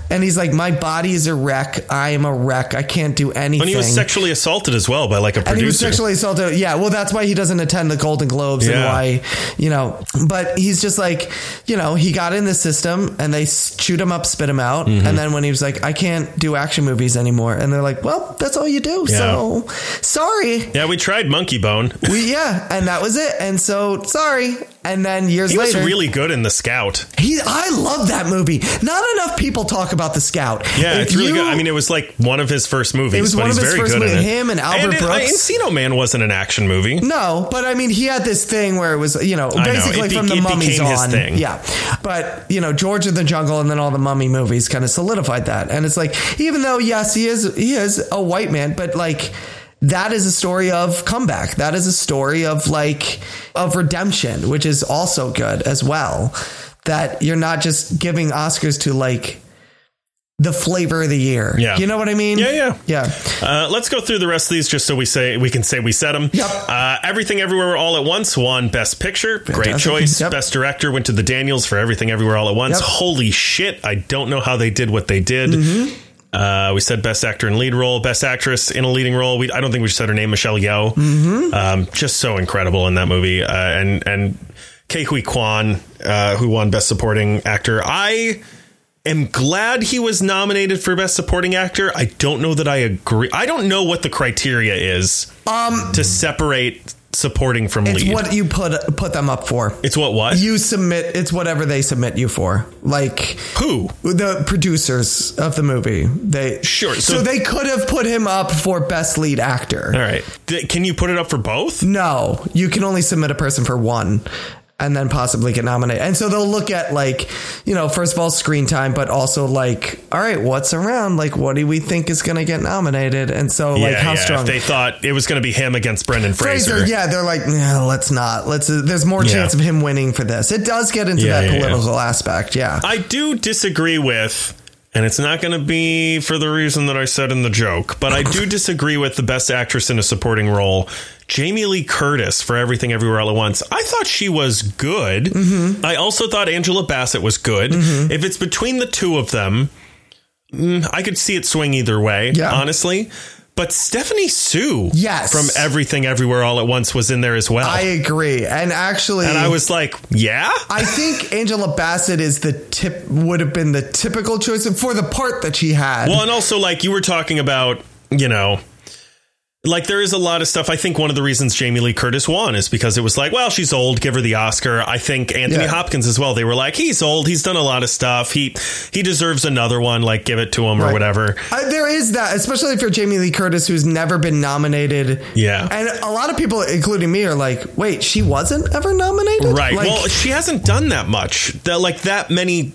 Speaker 2: And he's like, my body is a wreck. I am a wreck. I can't do anything.
Speaker 1: and he was sexually assaulted as well by like a producer
Speaker 2: And he was sexually assaulted. Yeah, well, that's why he doesn't attend the Golden Globes and
Speaker 1: Yeah.
Speaker 2: why, you know. But he's just like, you know, he got in the system and they s- chewed him up, spit him out.
Speaker 1: Mm-hmm.
Speaker 2: And then when he was like, I can't do action movies anymore, and they're like, well, that's all you do.
Speaker 1: Yeah.
Speaker 2: So sorry.
Speaker 1: yeah we tried monkey bone
Speaker 2: We, yeah, and that was it. And so sorry. And then years
Speaker 1: he was
Speaker 2: later,
Speaker 1: really good in the scout
Speaker 2: he, I love that movie. Not enough people talk about The Scout.
Speaker 1: Yeah,
Speaker 2: If
Speaker 1: it's really
Speaker 2: you-
Speaker 1: good. I mean, it was like one of his first movies,
Speaker 2: was
Speaker 1: but
Speaker 2: one
Speaker 1: he's
Speaker 2: of his
Speaker 1: very
Speaker 2: first
Speaker 1: good in it.
Speaker 2: movie. Him and Albert
Speaker 1: it-
Speaker 2: Brooks.
Speaker 1: Encino Man wasn't an action movie.
Speaker 2: No, but I mean, he had this thing where it was, you know,
Speaker 1: know.
Speaker 2: basically
Speaker 1: It be-
Speaker 2: from the
Speaker 1: it
Speaker 2: mummies
Speaker 1: became his
Speaker 2: on.
Speaker 1: thing.
Speaker 2: Yeah. But, you know, George of the Jungle and then all the mummy movies kind of solidified that. And it's like, even though, yes, he is, he is a white man, but like, that is a story of comeback. That is a story of like, of redemption, which is also good as well. That you're not just giving Oscars to like, the flavor of the year.
Speaker 1: Yeah.
Speaker 2: You know what I mean?
Speaker 1: Yeah, yeah.
Speaker 2: Yeah.
Speaker 1: Uh, let's go through the rest of these just so we say we can say we said them.
Speaker 2: Yep.
Speaker 1: Uh, Everything Everywhere All at Once won Best Picture. Great
Speaker 2: Fantastic.
Speaker 1: choice.
Speaker 2: Yep.
Speaker 1: Best Director went to the Daniels for Everything Everywhere All at Once.
Speaker 2: Yep.
Speaker 1: Holy shit! I don't know how they did what they did.
Speaker 2: Mm-hmm.
Speaker 1: Uh, we said Best Actor in Lead Role, Best Actress in a Leading Role. We I don't think we said her name, Michelle Yeoh. Um, just so incredible in that movie. Uh, and and Kei Hui Kwan, uh, who won Best Supporting Actor. I am glad he was nominated for best supporting actor. I don't know that I agree. I don't know what the criteria is to separate supporting from
Speaker 2: Um, It's
Speaker 1: lead.
Speaker 2: what you put put them up for.
Speaker 1: it's what what?
Speaker 2: you submit it's whatever they submit you for like
Speaker 1: Who?
Speaker 2: the producers of the movie they
Speaker 1: Sure,
Speaker 2: so,
Speaker 1: so-
Speaker 2: they could have put him up for best lead actor
Speaker 1: All right. Th- can you put it up for both?
Speaker 2: no you can only submit a person for one and then possibly get nominated and so they'll look at like you know first of all screen time but also like all right what's around like what do we think is going to get nominated and so like how strong
Speaker 1: If they thought it was going to be him against Brendan Fraser.
Speaker 2: Fraser, yeah, they're like, no, let's not. Let's. uh, there's more
Speaker 1: Yeah.
Speaker 2: chance of him winning for this. It does get into
Speaker 1: Yeah,
Speaker 2: that
Speaker 1: yeah, yeah.
Speaker 2: political aspect, yeah.
Speaker 1: I do disagree with, and it's not going to be for the reason that I said in the joke, but I do disagree with the best actress in a supporting role, Jamie Lee Curtis for Everything Everywhere All at Once. I thought she was good.
Speaker 2: Mm-hmm.
Speaker 1: I also thought Angela Bassett was good. If it's between the two of them, mm, I could see it swing either way,
Speaker 2: Yeah.
Speaker 1: honestly. But Stephanie Sue
Speaker 2: Yes.
Speaker 1: from Everything Everywhere All at Once was in there as well.
Speaker 2: I agree. And actually,
Speaker 1: and I was like, yeah?
Speaker 2: I think Angela Bassett is the tip would have been the typical choice for the part that she had.
Speaker 1: Well, and also like you were talking about, you know, like there is a lot of stuff. I think one of the reasons Jamie Lee Curtis won is because it was like, well, she's old, give her the Oscar. I think Anthony
Speaker 2: Yeah.
Speaker 1: Hopkins as well. They were like, he's old, he's done a lot of stuff. He he deserves another one. Like, give it to him or
Speaker 2: Right.
Speaker 1: whatever.
Speaker 2: I, Uh, there is that, especially for Jamie Lee Curtis, who's never been nominated.
Speaker 1: Yeah.
Speaker 2: and a lot of people, including me, are like, "Wait, she wasn't ever nominated?"
Speaker 1: Right.
Speaker 2: Like,
Speaker 1: well, she hasn't done that much. That like that many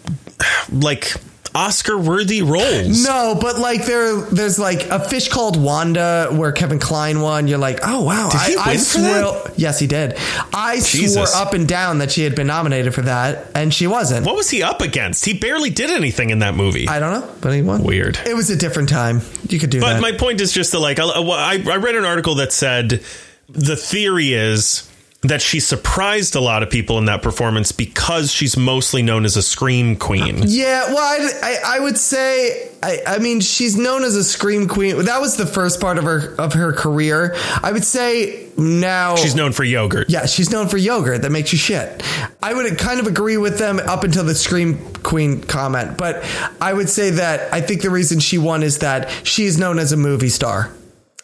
Speaker 1: like Oscar worthy roles.
Speaker 2: no, but like there, there's like a fish called Wanda where Kevin Klein won. You're like, "Oh wow, did
Speaker 1: he win for that?
Speaker 2: Yes, he did. I
Speaker 1: Jesus.
Speaker 2: swore up and down that she had been nominated for that, and she wasn't.
Speaker 1: What was he up against? He barely did anything in that movie.
Speaker 2: I don't know, but he won.
Speaker 1: Weird.
Speaker 2: It was a different time. You could do
Speaker 1: But
Speaker 2: that.
Speaker 1: my point is just that, like, I, I I read an article that said the theory is that she surprised a lot of people in that performance because she's mostly known as a scream queen.
Speaker 2: Yeah, well, I, I, I would say, I, I mean, she's known as a scream queen. That was the first part of her of her career. I would say now
Speaker 1: She's known for yogurt.
Speaker 2: Yeah, she's known for yogurt that makes you shit. I would kind of agree with them up until the scream queen comment, but I would say that I think the reason she won is that she is known as a movie star.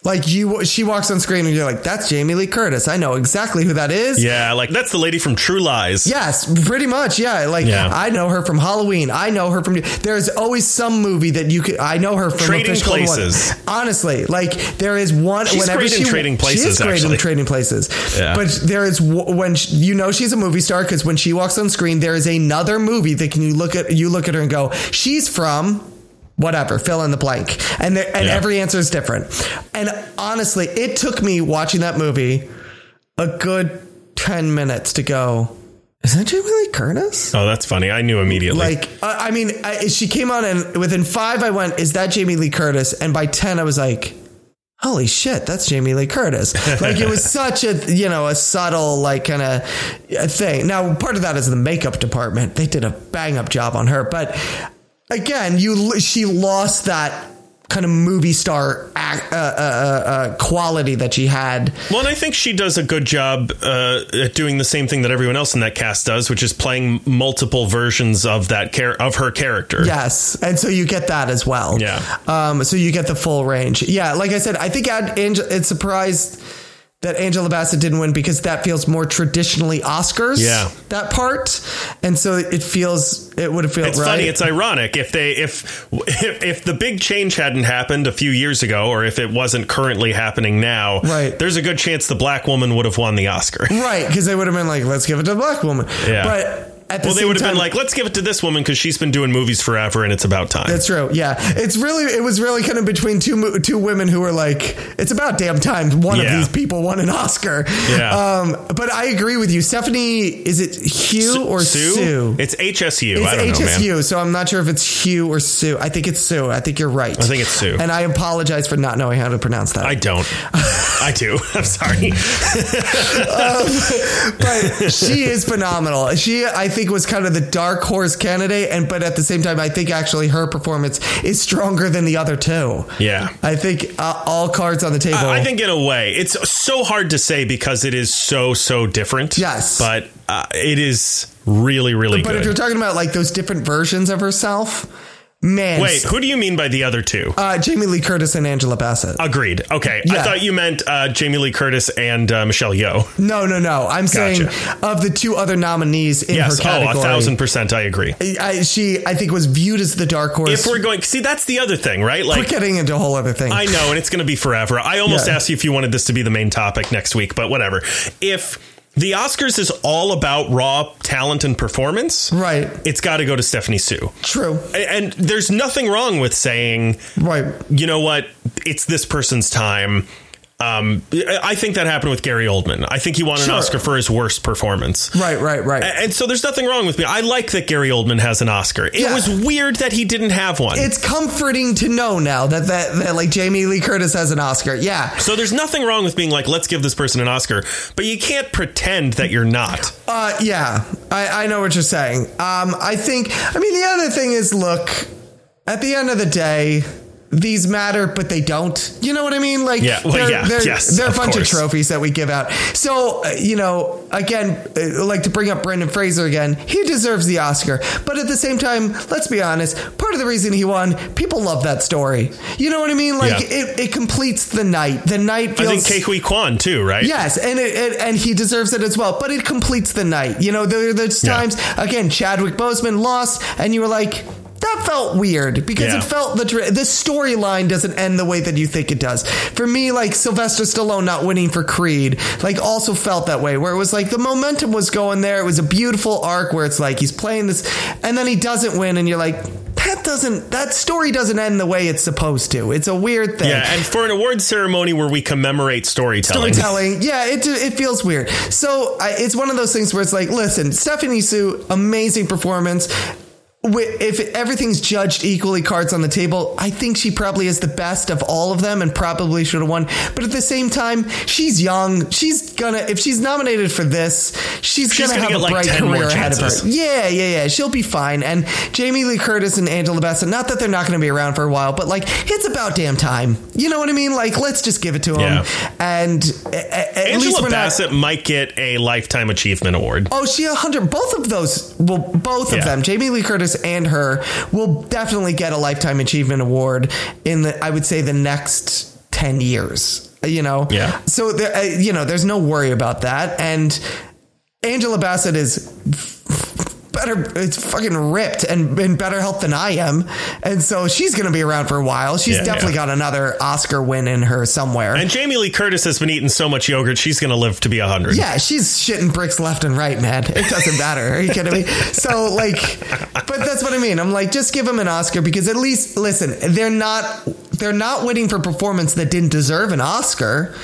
Speaker 2: Like you, she walks on screen and you're like, "That's Jamie Lee Curtis. I know exactly who that is."
Speaker 1: Yeah, like that's the lady from True Lies.
Speaker 2: Yes, pretty much. Yeah, like
Speaker 1: Yeah.
Speaker 2: I know her from Halloween. I know her from. There's always some movie that you could. I know her from a
Speaker 1: Trading
Speaker 2: Fish Called Wanda.
Speaker 1: Places.
Speaker 2: Honestly, like there is one.
Speaker 1: She's
Speaker 2: whenever
Speaker 1: great in
Speaker 2: she,
Speaker 1: Trading
Speaker 2: She is
Speaker 1: Places,
Speaker 2: great
Speaker 1: actually.
Speaker 2: in Trading Places.
Speaker 1: Yeah.
Speaker 2: But there is w- when sh you know she's a movie star because when she walks on screen, there is another movie that can you look at you look at her and go, she's from. Whatever, fill in the blank, and there, and
Speaker 1: Yeah.
Speaker 2: every answer is different. And honestly, it took me watching that movie a good 10 minutes to go, is that Jamie Lee Curtis?
Speaker 1: Oh, that's funny. I knew immediately.
Speaker 2: Like, I I mean, I, she came on and within five, I went, is that Jamie Lee Curtis? And by 10, I was like, holy shit, that's Jamie Lee Curtis. Like, it was such a, you know, a subtle, like, kind of thing. Now, part of that is the makeup department. They did a bang up job on her. But again, you, l- she lost that kind of movie star act, uh, uh, uh, uh, quality that she had.
Speaker 1: Well, and I think she does a good job uh, at doing the same thing that everyone else in that cast does, which is playing multiple versions of that char- of her character.
Speaker 2: Yes, and so you get that as well.
Speaker 1: Yeah.
Speaker 2: Um. So you get the full range. Yeah. Like I said, I think Ad- Angel. It's surprised that Angela Bassett didn't win because that feels more traditionally Oscars.
Speaker 1: Yeah.
Speaker 2: That part, and so it feels it would have felt
Speaker 1: It's
Speaker 2: right.
Speaker 1: funny. It's ironic if they if, if if the big change hadn't happened a few years ago, or if it wasn't currently happening now.
Speaker 2: Right.
Speaker 1: There's a good chance the black woman would have won the Oscar.
Speaker 2: right because they would have been like, let's give it to a black woman.
Speaker 1: Yeah.
Speaker 2: But at the
Speaker 1: well, they
Speaker 2: same
Speaker 1: would have
Speaker 2: time,
Speaker 1: been like, let's give it to this woman because she's been doing movies forever and it's about time.
Speaker 2: That's true. Yeah, it's really it was really kind of between two mo- two women who were like, it's about damn time one
Speaker 1: Yeah.
Speaker 2: of these people won an Oscar.
Speaker 1: Yeah.
Speaker 2: Um, but I agree with you, Stephanie. Is it Hugh or Sue?
Speaker 1: It's HSU.
Speaker 2: It's
Speaker 1: I don't know,
Speaker 2: HSU,
Speaker 1: man.
Speaker 2: so I'm not sure if it's Hugh or Sue. I think it's Sue. I think you're right. I
Speaker 1: think it's Sue.
Speaker 2: And I apologize for not knowing how to pronounce that.
Speaker 1: I don't. I do. I'm sorry.
Speaker 2: but she is phenomenal. She, I think, was kind of the dark horse candidate, and but at the same time, I think actually her performance is stronger than the other two.
Speaker 1: Yeah.
Speaker 2: I think uh, all cards on the table.
Speaker 1: I think in a way it's so hard to say because it is so so different.
Speaker 2: Yes.
Speaker 1: but uh, it is really really
Speaker 2: But
Speaker 1: good.
Speaker 2: if you're talking about like those different versions of herself, man,
Speaker 1: Wait, who do you mean by the other two?
Speaker 2: uh, Jamie Lee Curtis and Angela Bassett.
Speaker 1: Agreed. Okay, I
Speaker 2: Yeah.
Speaker 1: thought you meant uh, Jamie Lee Curtis and uh, Michelle Yeoh.
Speaker 2: no, no, no. I'm saying of the two other nominees in
Speaker 1: Yes. Oh,
Speaker 2: her category,
Speaker 1: a thousand percent. I agree.
Speaker 2: I, she, I think, was viewed as the dark horse.
Speaker 1: If we're going, see, that's the other thing, right?
Speaker 2: we're
Speaker 1: Like.
Speaker 2: getting into a whole other thing.
Speaker 1: I know, and it's going to be forever. I almost
Speaker 2: Yeah.
Speaker 1: asked you if you wanted this to be the main topic next week, but whatever. If the Oscars is all about raw talent and performance,
Speaker 2: right.
Speaker 1: it's got to go to Stephanie Sue.
Speaker 2: True.
Speaker 1: A- And there's nothing wrong with saying
Speaker 2: Right.
Speaker 1: you know what? It's this person's time. Um, I I think that happened with Gary Oldman. I think he won an
Speaker 2: Sure.
Speaker 1: Oscar for his worst performance.
Speaker 2: Right. Right. Right.
Speaker 1: A- And so there's nothing wrong with me. I like that Gary Oldman has an Oscar. It
Speaker 2: Yeah.
Speaker 1: was weird that he didn't have one.
Speaker 2: it's comforting to know now that, that that like Jamie Lee Curtis has an Oscar. Yeah.
Speaker 1: so there's nothing wrong with being like, let's give this person an Oscar, but you can't pretend that you're not.
Speaker 2: Uh, yeah, I, I know what you're saying. Um, I think, I mean, the other thing is look, at the end of the day, these matter, but they don't. You know what I mean? Like,
Speaker 1: Yeah, well,
Speaker 2: they're,
Speaker 1: yeah,
Speaker 2: they're,
Speaker 1: yes,
Speaker 2: they're a
Speaker 1: of
Speaker 2: bunch
Speaker 1: course.
Speaker 2: of trophies that we give out. So, uh, you know, again, uh, like to bring up Brendan Fraser again, he deserves the Oscar. But at the same time, let's be honest, part of the reason he won, people love that story. You know what I mean? Like,
Speaker 1: Yeah.
Speaker 2: it, it completes the night. The night
Speaker 1: I
Speaker 2: feels.
Speaker 1: think Kehui Kwan too, right?
Speaker 2: Yes, and it, it, and he deserves it as well. But it completes the night. You know, there, there's
Speaker 1: Yeah.
Speaker 2: times again. Chadwick Boseman lost, and you were like. That felt weird because
Speaker 1: Yeah.
Speaker 2: it felt the dra- the storyline doesn't end the way that you think it does. For me, like Sylvester Stallone not winning for Creed, like also felt that way. Where it was like the momentum was going there. It was a beautiful arc where it's like he's playing this, and then he doesn't win, and you're like, that doesn't that story doesn't end the way it's supposed to. It's a weird thing.
Speaker 1: Yeah, and for an award ceremony where we commemorate storytelling.
Speaker 2: storytelling. Yeah, it it feels weird. So I, it's one of those things where it's like, listen, Stephanie Sue, amazing performance. Wi- If everything's judged equally, cards on the table, I think she probably is the best of all of them and probably should have won. But at the same time, she's young. She's gonna, if she's nominated for this, she's,
Speaker 1: She's
Speaker 2: gonna,
Speaker 1: gonna get
Speaker 2: have a
Speaker 1: like
Speaker 2: bright
Speaker 1: 10 more
Speaker 2: career ahead of her.
Speaker 1: chances.
Speaker 2: Yeah, yeah, yeah. She'll be fine. And Jamie Lee Curtis and Angela Bassett, not that they're not going to be around for a while, but like, it's about damn time. You know what I mean? Like, let's just give it to them.
Speaker 1: Yeah.
Speaker 2: And a- a- at least
Speaker 1: Angela
Speaker 2: we're not.
Speaker 1: Bassett might get a lifetime achievement award.
Speaker 2: Oh, she a hundred. Both of those will. Both
Speaker 1: Yeah.
Speaker 2: of them, Jamie Lee Curtis and her, will definitely get a lifetime achievement award in the. I would say the next ten years. You know.
Speaker 1: Yeah.
Speaker 2: So there, uh, you know, there's no worry about that. And Angela Bassett is better. It's fucking ripped and in better health than I am, and so she's going to be around for a while. She's
Speaker 1: Yeah,
Speaker 2: definitely
Speaker 1: yeah.
Speaker 2: got another Oscar win in her somewhere.
Speaker 1: And Jamie Lee Curtis has been eating so much yogurt, she's going to live to be 100.
Speaker 2: Yeah, she's shitting bricks left and right, man. It doesn't matter. Are you kidding me? So, like, but that's what I mean. I'm like, just give him an Oscar because at least, listen, they're not they're not winning for performance that didn't deserve an Oscar.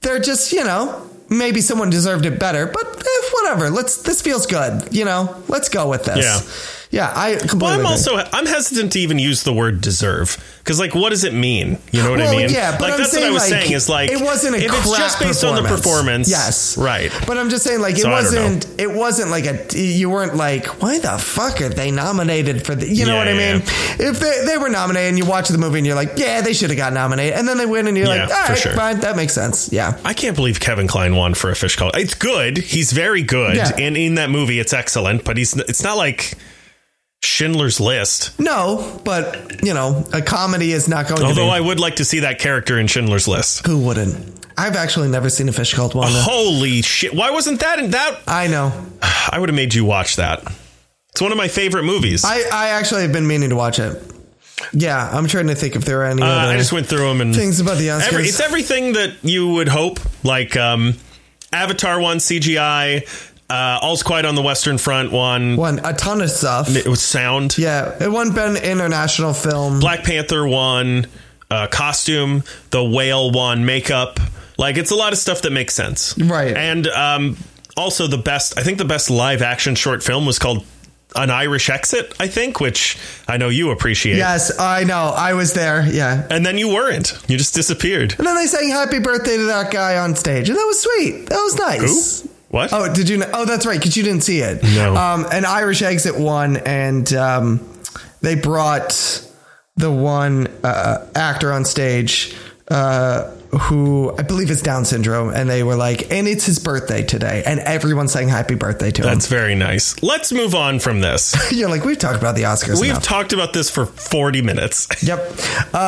Speaker 2: They're just, you know, maybe someone deserved it better, but eh, whatever. Let's this feels good, you know. Let's go with this.
Speaker 1: Yeah.
Speaker 2: yeah. I completely.
Speaker 1: Well, I'm
Speaker 2: agree.
Speaker 1: also I'm hesitant to even use the word deserve because like what does it mean? You know what I
Speaker 2: Well,
Speaker 1: mean?
Speaker 2: yeah, but
Speaker 1: like
Speaker 2: I'm
Speaker 1: that's what I
Speaker 2: saying,
Speaker 1: was
Speaker 2: like,
Speaker 1: saying is like
Speaker 2: it wasn't a
Speaker 1: if it's
Speaker 2: crap
Speaker 1: just based on the
Speaker 2: performance.
Speaker 1: performance.
Speaker 2: Yes.
Speaker 1: right.
Speaker 2: But I'm just saying, like, it
Speaker 1: So I don't know.
Speaker 2: wasn't. It wasn't like a. You weren't like, why the fuck are they nominated for the? You know
Speaker 1: Yeah,
Speaker 2: what I
Speaker 1: yeah,
Speaker 2: mean? If they, they were nominated, and you watch the movie, and you're like, yeah, they should have got nominated, and then they win, and you're
Speaker 1: Yeah,
Speaker 2: like, all
Speaker 1: for
Speaker 2: right,
Speaker 1: sure.
Speaker 2: fine, that makes sense. Yeah,
Speaker 1: I can't believe Kevin Klein won for a fish call. It's good. He's very good,
Speaker 2: Yeah.
Speaker 1: and in that movie, it's excellent. But he's it's not like Schindler's List.
Speaker 2: no, but you know, a comedy is not going
Speaker 1: Although
Speaker 2: to.
Speaker 1: I would like to see that character in Schindler's List.
Speaker 2: be, who wouldn't? I've actually never seen a fish called Wanda.
Speaker 1: Oh. Holy shit! Why wasn't that in that?
Speaker 2: I know.
Speaker 1: I would have made you watch that. It's one of my favorite movies. I,
Speaker 2: I I actually have been meaning to watch it. Yeah, I'm trying to think if there are any
Speaker 1: uh,
Speaker 2: other
Speaker 1: I just went through them and
Speaker 2: things about the Oscars.
Speaker 1: Every, it's everything that you would hope, like um, Avatar one CGI, uh, All's Quiet on the Western Front one,
Speaker 2: one a ton of stuff.
Speaker 1: it was sound,
Speaker 2: Yeah, it won Ben International Film.
Speaker 1: Black Panther one, uh, costume, the whale one, makeup. Like it's a lot of stuff that makes sense,
Speaker 2: Right.
Speaker 1: And um, also the best, I think the best live action short film was called An Irish Exit, I think, which I know you appreciate.
Speaker 2: Yes, I know. I was there. Yeah.
Speaker 1: And then you weren't. You just disappeared.
Speaker 2: And then they sang "Happy Birthday" to that guy on stage, and that was sweet. That was nice.
Speaker 1: Who? What?
Speaker 2: Oh, did you? Know? Oh, that's right, because you didn't see it.
Speaker 1: No.
Speaker 2: Um, an Irish Exit won, and um, they brought the one uh, actor on stage uh, who I believe is Down syndrome, and they were like, "And it's his birthday today," and everyone sang "Happy Birthday" to
Speaker 1: That's very nice. Let's move on from this.
Speaker 2: him. You're like, we've talked about the Oscars.
Speaker 1: We've
Speaker 2: enough.
Speaker 1: talked about this for 40 minutes.
Speaker 2: Yep.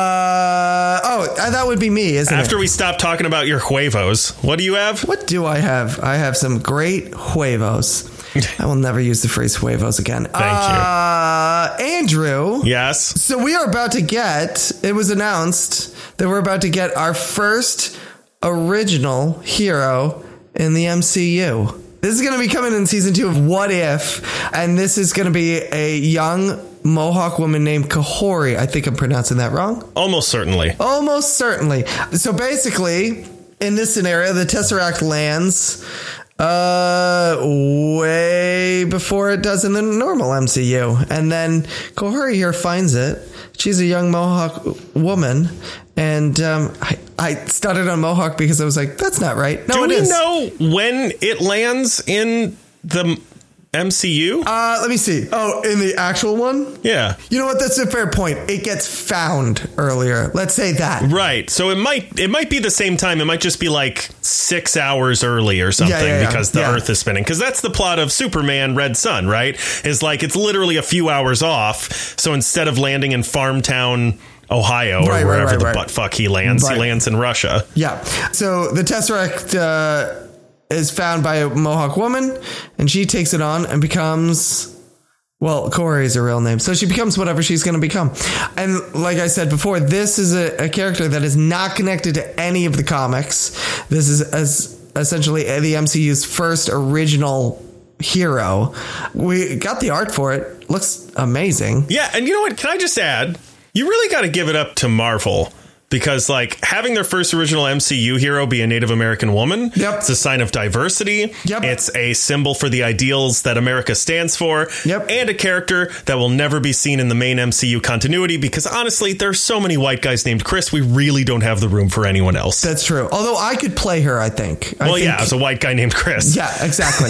Speaker 2: Uh, oh, uh, that would be me, isn't it?
Speaker 1: After we stop talking about your huevos, what do you have?
Speaker 2: What do I have? I have some great huevos. I will never use the phrase huevos again. Thank
Speaker 1: you.
Speaker 2: uh, you. Andrew.
Speaker 1: Yes.
Speaker 2: So we are about to get, it was announced that we're about to get our first original hero in the MCU. This is going to be coming in season two of What If, and this is going to be a young Mohawk woman named Kahori. I think I'm pronouncing that wrong.
Speaker 1: Almost certainly.
Speaker 2: Almost certainly. So basically, in this scenario, the Tesseract lands uh way before it does in the normal MCU. And then Kohori here finds it. She's a young Mohawk woman. And um, I, I stuttered on Mohawk because Oh, I was like, that's not right. No,
Speaker 1: Do
Speaker 2: it
Speaker 1: we
Speaker 2: is.
Speaker 1: know when it lands in the MCU?
Speaker 2: Uh, let me see. Oh, in the actual one?
Speaker 1: yeah.
Speaker 2: You know what? That's a fair point. It gets found earlier. Let's say that.
Speaker 1: Right. So it might it might be the same time. It might just be like six hours early or something
Speaker 2: yeah, yeah.
Speaker 1: because the
Speaker 2: Yeah.
Speaker 1: Earth is spinning. Because that's the plot of Superman Red Sun, right? Is like it's literally a few hours off. So instead of landing in Farmtown, Ohio, or
Speaker 2: Right, right,
Speaker 1: wherever
Speaker 2: right,
Speaker 1: the
Speaker 2: right.
Speaker 1: butt fuck he lands,
Speaker 2: Right.
Speaker 1: he lands in Russia.
Speaker 2: Yeah. So the Tesseract uh, is found by a Mohawk woman, and she takes it on and becomes. Well, Corey is her real name. So she becomes whatever she's going to become. And like I said before, this is a, a character that is not connected to any of the comics. This is as essentially the MCU's first original hero. We got the art for it. Looks amazing.
Speaker 1: Yeah, and you know what? Can I just add? You really got to give it up to Marvel because, like, having their first original MCU hero be a Native American woman,
Speaker 2: Yep.
Speaker 1: it's a sign of diversity.
Speaker 2: Yep.
Speaker 1: It's a symbol for the ideals that America stands for.
Speaker 2: Yep.
Speaker 1: And a character that will never be seen in the main MCU continuity because, honestly, there are so many white guys named Chris, we really don't have the room for anyone else.
Speaker 2: That's true. Although I could play her, I think. I
Speaker 1: well,
Speaker 2: think,
Speaker 1: yeah, as a white guy named Chris.
Speaker 2: Yeah, exactly.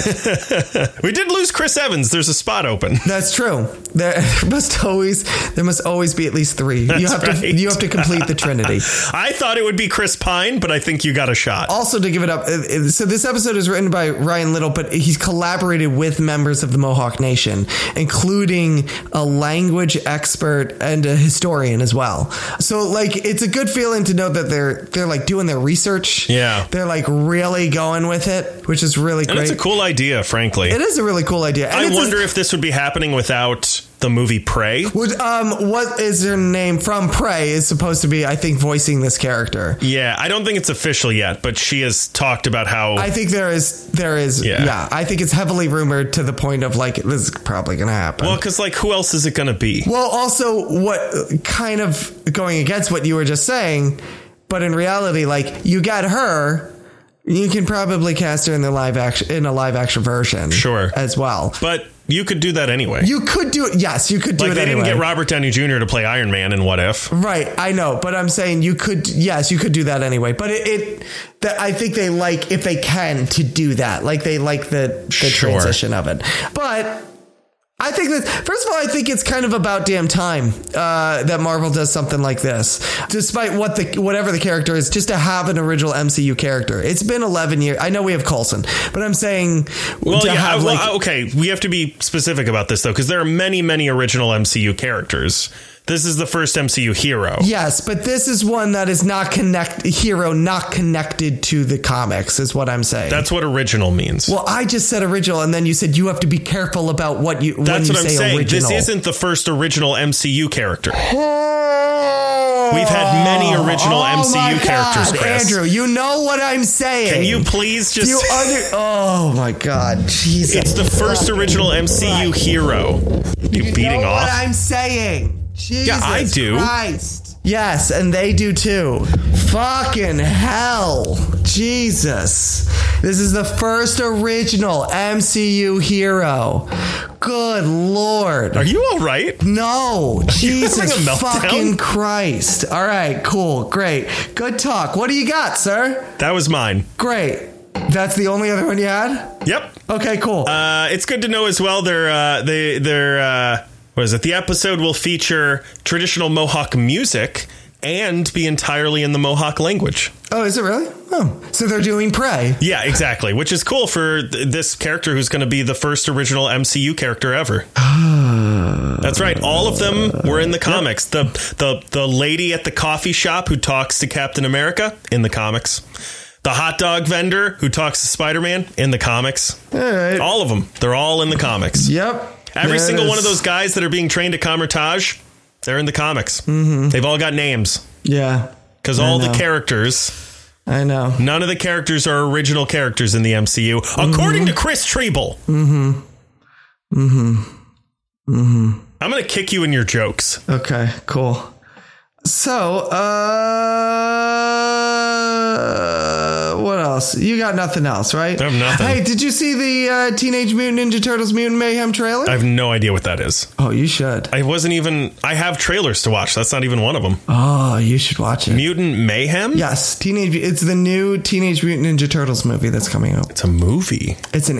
Speaker 1: We did lose Chris Evans. There's a spot open.
Speaker 2: That's true. There must always there must always be at least three. you have to
Speaker 1: right.
Speaker 2: you have to complete the trinity.
Speaker 1: I thought it would be Chris Pine, but I think you got a shot.
Speaker 2: Also, to give it up, uh, uh, so this episode is written by Ryan Little, but he's collaborated with members of the Mohawk Nation, including a language expert and a historian as well. So, like, it's a good feeling to know that they're they're like doing their research.
Speaker 1: Yeah.
Speaker 2: they're like really going with it, which is really
Speaker 1: and
Speaker 2: great.
Speaker 1: it's a cool idea, frankly.
Speaker 2: It is a really cool idea. And
Speaker 1: I
Speaker 2: it's a-
Speaker 1: wonder if this would be happening without the movie Prey.
Speaker 2: Would, um, what is her name from Prey is supposed to be, I think, voicing this character.
Speaker 1: Yeah, I don't think it's official yet, but she has talked about how.
Speaker 2: I think there is, there is, yeah.
Speaker 1: Yeah.
Speaker 2: I think it's heavily rumored to the point of like this is probably going to happen.
Speaker 1: well,
Speaker 2: Well,
Speaker 1: because like, who else is it going to be?
Speaker 2: also, what kind of going against what you were just saying, but in reality, like you got her, you can probably cast her in the live action in a live action version,
Speaker 1: Sure.
Speaker 2: as well.
Speaker 1: But you could do that anyway.
Speaker 2: You could do it. Yes, you could do
Speaker 1: like
Speaker 2: it.
Speaker 1: they
Speaker 2: anyway.
Speaker 1: didn't get Robert Downey Jr. to play Iron Man in What If?
Speaker 2: Right, I know, but I'm saying you could, yes, you could do that anyway. But it, it that I think they like if they can to do that, like they like the the
Speaker 1: Sure.
Speaker 2: transition of it. But I think that first of all, I think it's kind of about damn time uh, that Marvel does something like this, despite what the whatever the character is, just to have an original MCU character. It's been 11 years. I know we have Coulson, but I'm saying
Speaker 1: Well,
Speaker 2: to
Speaker 1: yeah.
Speaker 2: have
Speaker 1: I- well,
Speaker 2: like
Speaker 1: I- okay, we have to be specific about this though, because there are many, many original MCU characters. This is the first MCU hero.
Speaker 2: Yes, but this is one that is not connect hero not connected to the comics is what I'm saying.
Speaker 1: That's what original means.
Speaker 2: Well, I just said original, and then you said you have to be careful about what you when
Speaker 1: That's
Speaker 2: you
Speaker 1: what I'm
Speaker 2: say
Speaker 1: saying.
Speaker 2: original.
Speaker 1: This isn't the first original MCU character. We've had many original
Speaker 2: Oh my
Speaker 1: MCU characters,
Speaker 2: God,
Speaker 1: Chris.
Speaker 2: Andrew, you know what I'm saying.
Speaker 1: Can you please just?
Speaker 2: You under? Oh my God, Jesus!
Speaker 1: it's the first original MCU hero. You,
Speaker 2: You
Speaker 1: beating
Speaker 2: know
Speaker 1: off?
Speaker 2: What I'm saying. Jesus
Speaker 1: I do.
Speaker 2: Christ. Yes, and they do too. Fucking hell. Jesus. This is the first original MCU hero. Good lord.
Speaker 1: Are you all right?
Speaker 2: No, Jesus
Speaker 1: having a meltdown?
Speaker 2: fucking Christ. All right, cool, great. Good talk. What do you got, sir?
Speaker 1: That was mine.
Speaker 2: Great. That's the only other one you had?
Speaker 1: Yep.
Speaker 2: Okay, cool.
Speaker 1: Uh, it's good to know as well. They're uh, they they're uh, what is it? The episode will feature traditional Mohawk music and be entirely in the Mohawk language.
Speaker 2: oh, is it really? Oh. So they're doing Prey.
Speaker 1: Yeah, exactly. Which is cool for th- this character who's going to be the first original MCU character ever. That's right. All of them were in the comics. The the the lady at the coffee shop who talks to Captain America in the comics. The hot dog vendor who talks to Spider Man in the comics.
Speaker 2: All right.
Speaker 1: All of them. They're all in the comics.
Speaker 2: Yep.
Speaker 1: Oh. Every
Speaker 2: There it
Speaker 1: single one of
Speaker 2: is.
Speaker 1: those guys that are being trained at Comertage, they're in the comics. Mm-hmm. They've all got names
Speaker 2: Yeah.
Speaker 1: because all
Speaker 2: know.
Speaker 1: the characters.
Speaker 2: I know.
Speaker 1: None of the characters are original characters in the MCU, according to Chris Treble. Mm-hmm. Mm-hmm. Mm-hmm. I'm gonna kick you in your jokes.
Speaker 2: Okay, cool. So, uh what else? You got nothing else, right?
Speaker 1: I have nothing.
Speaker 2: Hey, did you see the uh, Teenage Mutant Ninja Turtles Mutant Mayhem trailer?
Speaker 1: I have no idea what that is.
Speaker 2: oh, you should.
Speaker 1: I wasn't even. I have trailers to watch. That's not even one of them.
Speaker 2: oh, you should watch it.
Speaker 1: Mutant Mayhem.
Speaker 2: yes, Teenage. It's the new Teenage Mutant Ninja Turtles movie that's coming out.
Speaker 1: It's a movie.
Speaker 2: It's an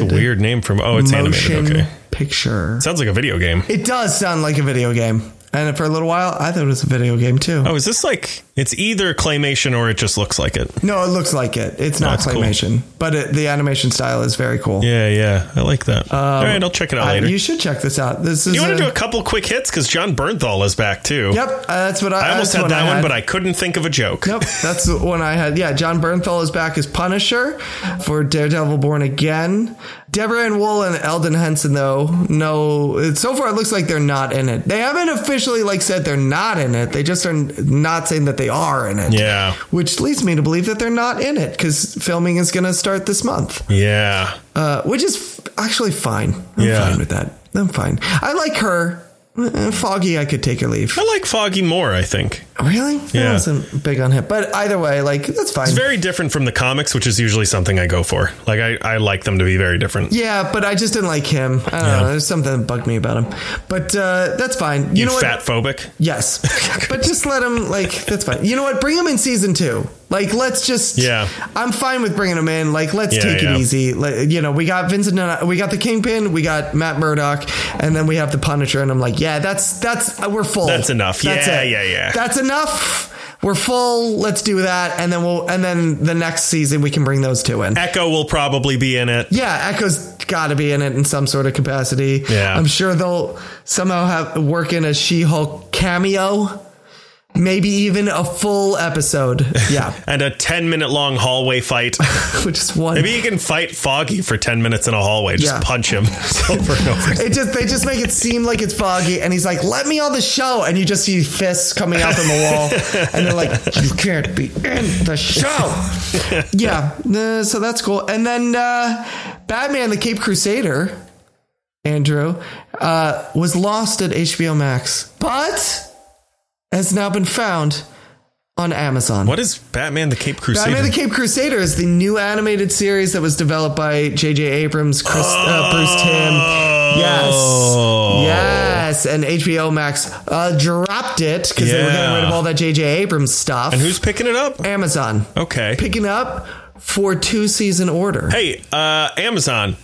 Speaker 1: It's a weird name from. Oh, it's
Speaker 2: motion
Speaker 1: animated. Okay.
Speaker 2: picture.
Speaker 1: Sounds like a video game.
Speaker 2: It does sound like a video game. And for a little while, I thought it was a video game too.
Speaker 1: Oh, is this like it's either claymation or it just looks like it?
Speaker 2: No, it looks like it. It's not
Speaker 1: it's cool.
Speaker 2: claymation, but it, the animation style is very cool.
Speaker 1: Yeah, yeah, I like that. All right, I'll check it out
Speaker 2: Uh,
Speaker 1: later.
Speaker 2: you
Speaker 1: You,
Speaker 2: should check this out. This is
Speaker 1: want
Speaker 2: a-
Speaker 1: to do a couple quick hits because John Bernthal is back too.
Speaker 2: Yep, uh, that's what I,
Speaker 1: I almost had
Speaker 2: that's what
Speaker 1: that
Speaker 2: I
Speaker 1: one,
Speaker 2: had.
Speaker 1: but I couldn't think of a joke.
Speaker 2: Nope, that's the one I had. Yeah, John Bernthal is back as Punisher for Daredevil Born Again. Deborah Ann Wool and Eldon Henson, though, no, it- so far it looks like they're not in it. They haven't officially like said they're not in it. They just are n- not saying that they are in it.
Speaker 1: Yeah,
Speaker 2: Which leads me to believe that they're not in it because filming is going to start this month,
Speaker 1: yeah.
Speaker 2: uh, which is f- actually fine. I'm
Speaker 1: Yeah.
Speaker 2: fine with that. I'm fine. I like her. Uh, Foggy, I could take or leave.
Speaker 1: I like Foggy more. I think
Speaker 2: Really?
Speaker 1: Yeah.
Speaker 2: I wasn't big on him. But either way, like, that's fine.
Speaker 1: it's very different from the comics, which is usually something I go for. Like I, I like them to be very different.
Speaker 2: yeah, but I just didn't like him. I don't know. There's something that bugged me about him. But uh, that's fine. You,
Speaker 1: You,
Speaker 2: know what?
Speaker 1: fat phobic.
Speaker 2: Yes. but just let him, like, that's fine. You know what? Bring him in season two. Like, let's just.
Speaker 1: Yeah.
Speaker 2: I'm fine with bringing him in. Like, let's
Speaker 1: Yeah,
Speaker 2: take
Speaker 1: yeah.
Speaker 2: it easy. Let, you know, we got Vincent, and I- we got the Kingpin, we got Matt Murdock, and then we have the Punisher. And I'm like, yeah, that's, that's, uh, we're full.
Speaker 1: That's enough. Yeah, yeah, yeah.
Speaker 2: That's enough. We're full. Let's do that. And then we'll, and then the next season, we can bring those two in.
Speaker 1: Echo will probably be in it.
Speaker 2: Yeah, Echo's got to be in it in some sort of capacity.
Speaker 1: Yeah.
Speaker 2: I'm sure they'll somehow have work in a She-Hulk cameo, maybe even a full episode. Yeah,
Speaker 1: And a ten minute long hallway fight.
Speaker 2: which is one.
Speaker 1: Maybe you can fight Foggy for ten minutes in a hallway. Just
Speaker 2: Yeah.
Speaker 1: punch him over and over.
Speaker 2: It just they just make it seem like it's foggy, and he's like, "Let me on the show," and you just see fists coming out from the wall, and they're like, "You can't be in the show." yeah, uh, so that's cool. And then uh, Batman: The Cape Crusader, Andrew, uh, was lost at HBO Max, but has now been found on Amazon.
Speaker 1: What is Batman the Cape Crusader?
Speaker 2: Batman: The Cape Crusader is the new animated series that was developed by J.J. Abrams, Chris, uh, Bruce Timm.
Speaker 1: Oh.
Speaker 2: Yes. Yes. And HBO Max uh, dropped it because they were
Speaker 1: Yeah.
Speaker 2: getting rid of all that J.J. Abrams stuff.
Speaker 1: And who's picking it up?
Speaker 2: Amazon
Speaker 1: Okay.
Speaker 2: picking up for two season order?
Speaker 1: hey, uh, Amazon,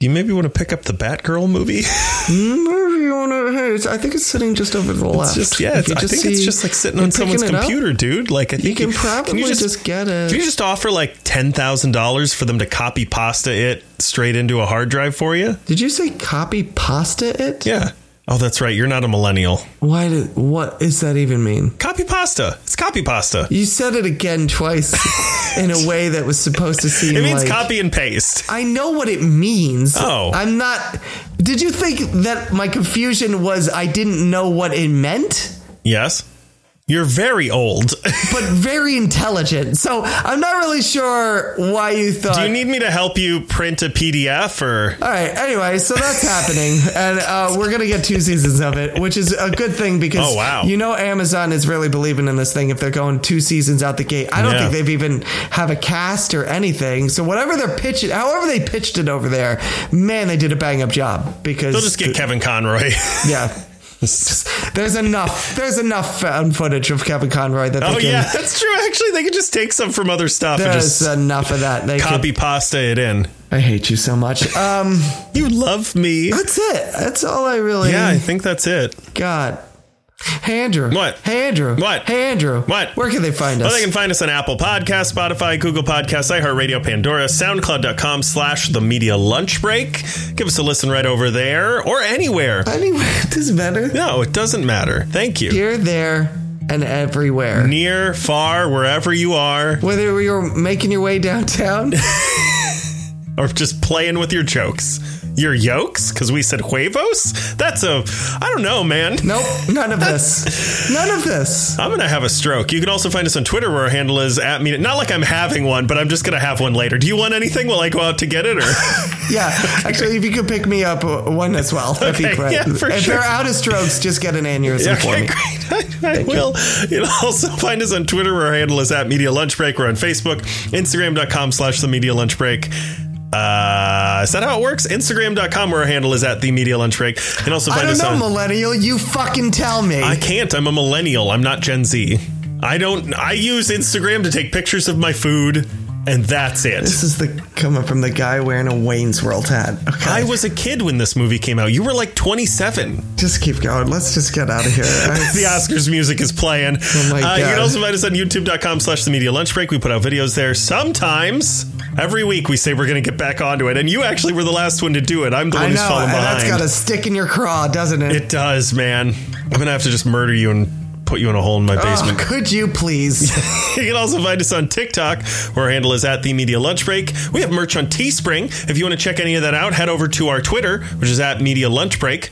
Speaker 1: you maybe want to pick up the Batgirl movie?
Speaker 2: Where Hmm, you wanna- hey, it's- I think it's sitting just over to the left.
Speaker 1: It's just yeah,
Speaker 2: If
Speaker 1: it's,
Speaker 2: you
Speaker 1: I think it's
Speaker 2: see
Speaker 1: just like sitting
Speaker 2: me
Speaker 1: on someone's
Speaker 2: picking it up,
Speaker 1: computer, dude. Like I think
Speaker 2: can probably just get it.
Speaker 1: Can you just offer like ten thousand dollars for them to copy pasta it straight into a hard drive for you?
Speaker 2: did you say copy pasta it?
Speaker 1: Yeah. Oh, that's right. You're not a millennial.
Speaker 2: Why did? What does that even mean?
Speaker 1: Copy pasta. It's copy pasta.
Speaker 2: You said it again twice in a way that was supposed to seem
Speaker 1: It means
Speaker 2: like
Speaker 1: copy and paste.
Speaker 2: I know what it means.
Speaker 1: Oh.
Speaker 2: I'm not. Did you think that my confusion was I didn't know what it meant?
Speaker 1: Yes. You're very old.
Speaker 2: But very intelligent. So I'm not really sure why you thought.
Speaker 1: Do you need me to help you print a PDF or?
Speaker 2: all right. Anyway, so that's happening, and uh, we're gonna get two seasons of it, which is a good thing because
Speaker 1: Oh, wow.
Speaker 2: you know Amazon is really believing in this thing. If they're going two seasons out the gate, I don't
Speaker 1: Yeah.
Speaker 2: think they've even have a cast or anything. So whatever they're pitching, however they pitched it over there, man, they did a bang up job because
Speaker 1: They'll just get Kevin Conroy.
Speaker 2: yeah. There's enough. There's enough found footage of Kevin Conroy that they
Speaker 1: oh
Speaker 2: can.
Speaker 1: yeah, that's true. Actually, they could just take some from other stuff and
Speaker 2: There's
Speaker 1: just
Speaker 2: enough of that. They
Speaker 1: copy pasta it in.
Speaker 2: Could, I hate you so much. Um,
Speaker 1: You love me.
Speaker 2: that's it. That's all I really
Speaker 1: Yeah, I think that's it.
Speaker 2: got. Hey Andrew.
Speaker 1: What?
Speaker 2: Hey Andrew.
Speaker 1: What?
Speaker 2: Hey Andrew.
Speaker 1: What?
Speaker 2: Where can they find us?
Speaker 1: Well, they can find us on Apple Podcasts, Spotify, Google Podcasts, iHeartRadio, Pandora, SoundCloud.com slash The Media Lunch Break. Give us a listen right over there or anywhere.
Speaker 2: anywhere. It doesn't matter.
Speaker 1: No, it doesn't matter. Thank you.
Speaker 2: Here, there, and everywhere.
Speaker 1: Near, far, wherever you are.
Speaker 2: Whether you're making your way downtown
Speaker 1: or just playing with your jokes. Your yokes? Because we said huevos? That's a. I don't know, man.
Speaker 2: Nope, none of this. None of this.
Speaker 1: I'm going to have a stroke. You can also find us on Twitter where our handle is at me. Not like I'm having one, but I'm just going to have one later. Do you want anything while I go out to get it? Or
Speaker 2: Yeah, actually, if you could pick me up uh, one as well, that'd be
Speaker 1: Okay,
Speaker 2: great.
Speaker 1: yeah, for
Speaker 2: if
Speaker 1: sure.
Speaker 2: they're out of strokes, just get an aneurysm for
Speaker 1: Okay,
Speaker 2: me.
Speaker 1: great. I, I will. You. will also find us on Twitter where our handle is at Media Lunch Break. We're on Facebook, Instagram.com slash The Media Lunch Break. Uh, is that how it works? Instagram.com where our handle is at The Media Lunch Break. And also
Speaker 2: I
Speaker 1: find
Speaker 2: don't
Speaker 1: us
Speaker 2: know,
Speaker 1: on...
Speaker 2: millennial. You fucking tell me.
Speaker 1: I can't. I'm a millennial. I'm not Gen Z. I don't. I use Instagram to take pictures of my food, and that's it.
Speaker 2: this is the coming from the guy wearing a Wayne's World hat. Okay,
Speaker 1: I was a kid when this movie came out. You were like 27.
Speaker 2: just keep going. Let's just get out of here.
Speaker 1: The Oscars music is playing. Oh
Speaker 2: my
Speaker 1: you can
Speaker 2: God.
Speaker 1: also find us on youtube.com slash the media lunch break. We put out videos there sometimes. Every week we say we're going to get back onto it. And you actually were the last one to do it. I'm the one
Speaker 2: I
Speaker 1: who's
Speaker 2: know,
Speaker 1: falling
Speaker 2: and
Speaker 1: behind.
Speaker 2: that's got to stick in your craw, doesn't it?
Speaker 1: it does, man. I'm going to have to just murder you and put you in a hole in my basement.
Speaker 2: Oh, could you please?
Speaker 1: You can also find us on TikTok, where our handle is at the Media Lunch Break. We have merch on Teespring. If you want to check any of that out, head over to our Twitter, which is at Media Lunch Break.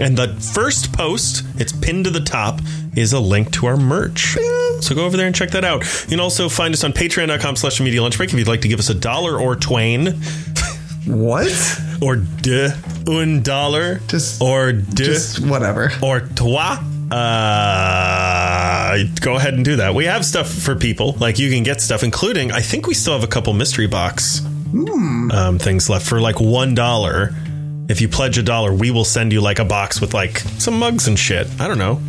Speaker 1: And the first post, it's pinned to the top, is a link to our merch. So go over there and check that out. You can also find us on patreon.com slash media lunch break if you'd like to give us a dollar or twain
Speaker 2: what?
Speaker 1: or de un dollar
Speaker 2: Just-
Speaker 1: or de
Speaker 2: Just whatever.
Speaker 1: or toi. Uh, go ahead and do that. We have stuff for people. Like you can get stuff, including I think we still have a couple mystery box um, things left for like one dollar. If you pledge a dollar, we will send you like a box with like some mugs and shit. I don't know.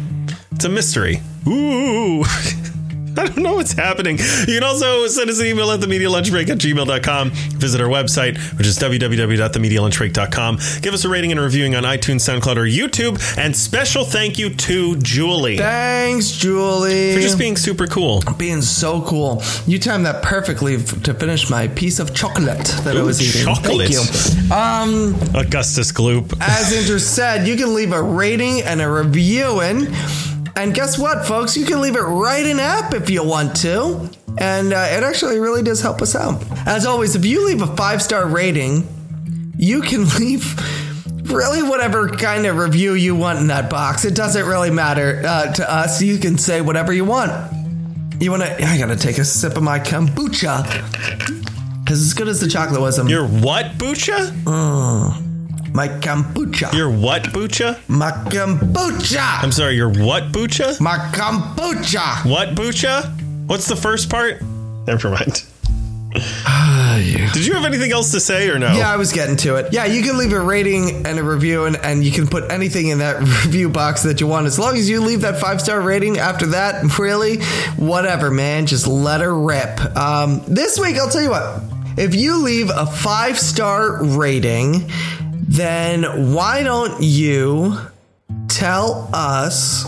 Speaker 1: It's a mystery. Ooh. I don't know what's happening. You can also send us an email at themedialunchbreak at gmail.com. Visit our website, which is www.themedialunchbreak.com. Give us a rating and a reviewing on iTunes, SoundCloud, or YouTube. And special thank you to Julie for
Speaker 2: Thanks, Julie.
Speaker 1: just being super cool.
Speaker 2: being so cool. You timed that perfectly f- to finish my piece of chocolate that I
Speaker 1: Ooh,
Speaker 2: was eating.
Speaker 1: chocolate.
Speaker 2: Thank you. Um,
Speaker 1: Augustus Gloop.
Speaker 2: as Andrew said, you can leave a rating and a reviewing. And guess what, folks? You can leave it right in app if you want to. And uh, it actually really does help us out. As always, if you leave a five star rating, you can leave really whatever kind of review you want in that box. It doesn't really matter uh, to us. You can say whatever you want. You want to? I gotta take a sip of my kombucha. Because as good as the chocolate was, I'm-
Speaker 1: Your what, Bucha?
Speaker 2: my kombucha.
Speaker 1: Your what, Bucha?
Speaker 2: My kombucha.
Speaker 1: I'm sorry, your what, Bucha?
Speaker 2: My kombucha.
Speaker 1: What, Bucha? What's the first part? Never mind. Did you have anything else to say or no?
Speaker 2: Yeah, I was getting to it. Yeah, you can leave a rating and a review, and, and you can put anything in that review box that you want. As long as you leave that five star rating after that, really, whatever, man. Just let her rip. Um, this week, I'll tell you what. If you leave a five star rating, then why don't you tell us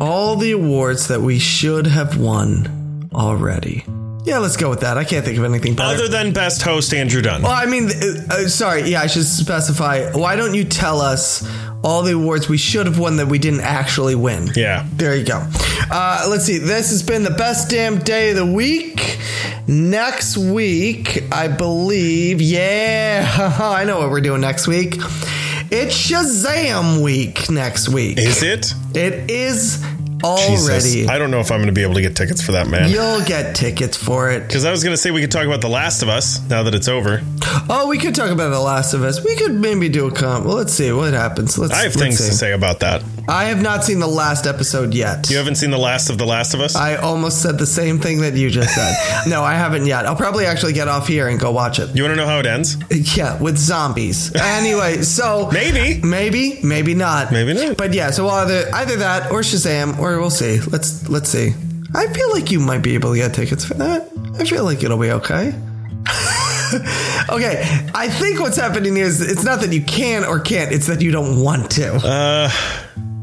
Speaker 2: all the awards that we should have won already? Yeah, let's go with that. I can't think of anything better.
Speaker 1: Other than best host Andrew Dunn.
Speaker 2: Well, I mean, uh, uh, sorry. Yeah, I should specify. Why don't you tell us all the awards we should have won that we didn't actually win?
Speaker 1: yeah.
Speaker 2: There you go. Uh, let's see. This has been the best damn day of the week. Next week, I believe. Yeah, I know what we're doing next week. It's Shazam week next week.
Speaker 1: Is it?
Speaker 2: It is
Speaker 1: Jesus.
Speaker 2: already.
Speaker 1: I don't know if I'm going to be able to get tickets for that, man.
Speaker 2: You'll get tickets for it.
Speaker 1: Because I was going to say we could talk about The Last of Us now that it's over.
Speaker 2: Oh, we could talk about The Last of Us. We could maybe do a comp. Well, let's see what happens. Let's.
Speaker 1: I have
Speaker 2: let's
Speaker 1: things
Speaker 2: see.
Speaker 1: to say about that.
Speaker 2: I have not seen the last episode yet.
Speaker 1: You haven't seen The Last of The Last of Us?
Speaker 2: I almost said the same thing that you just said. no, I haven't yet. I'll probably actually get off here and go watch it.
Speaker 1: you want to know how it ends?
Speaker 2: Yeah, with zombies. Anyway, so
Speaker 1: Maybe.
Speaker 2: maybe, maybe not,
Speaker 1: Maybe not.
Speaker 2: But yeah, so either either that or Shazam, or we'll see. Let's let's see. I feel like you might be able to get tickets for that. I feel like it'll be okay. okay, I think what's happening is it's not that you can or can't; it's that you don't want
Speaker 1: Uh,
Speaker 2: to.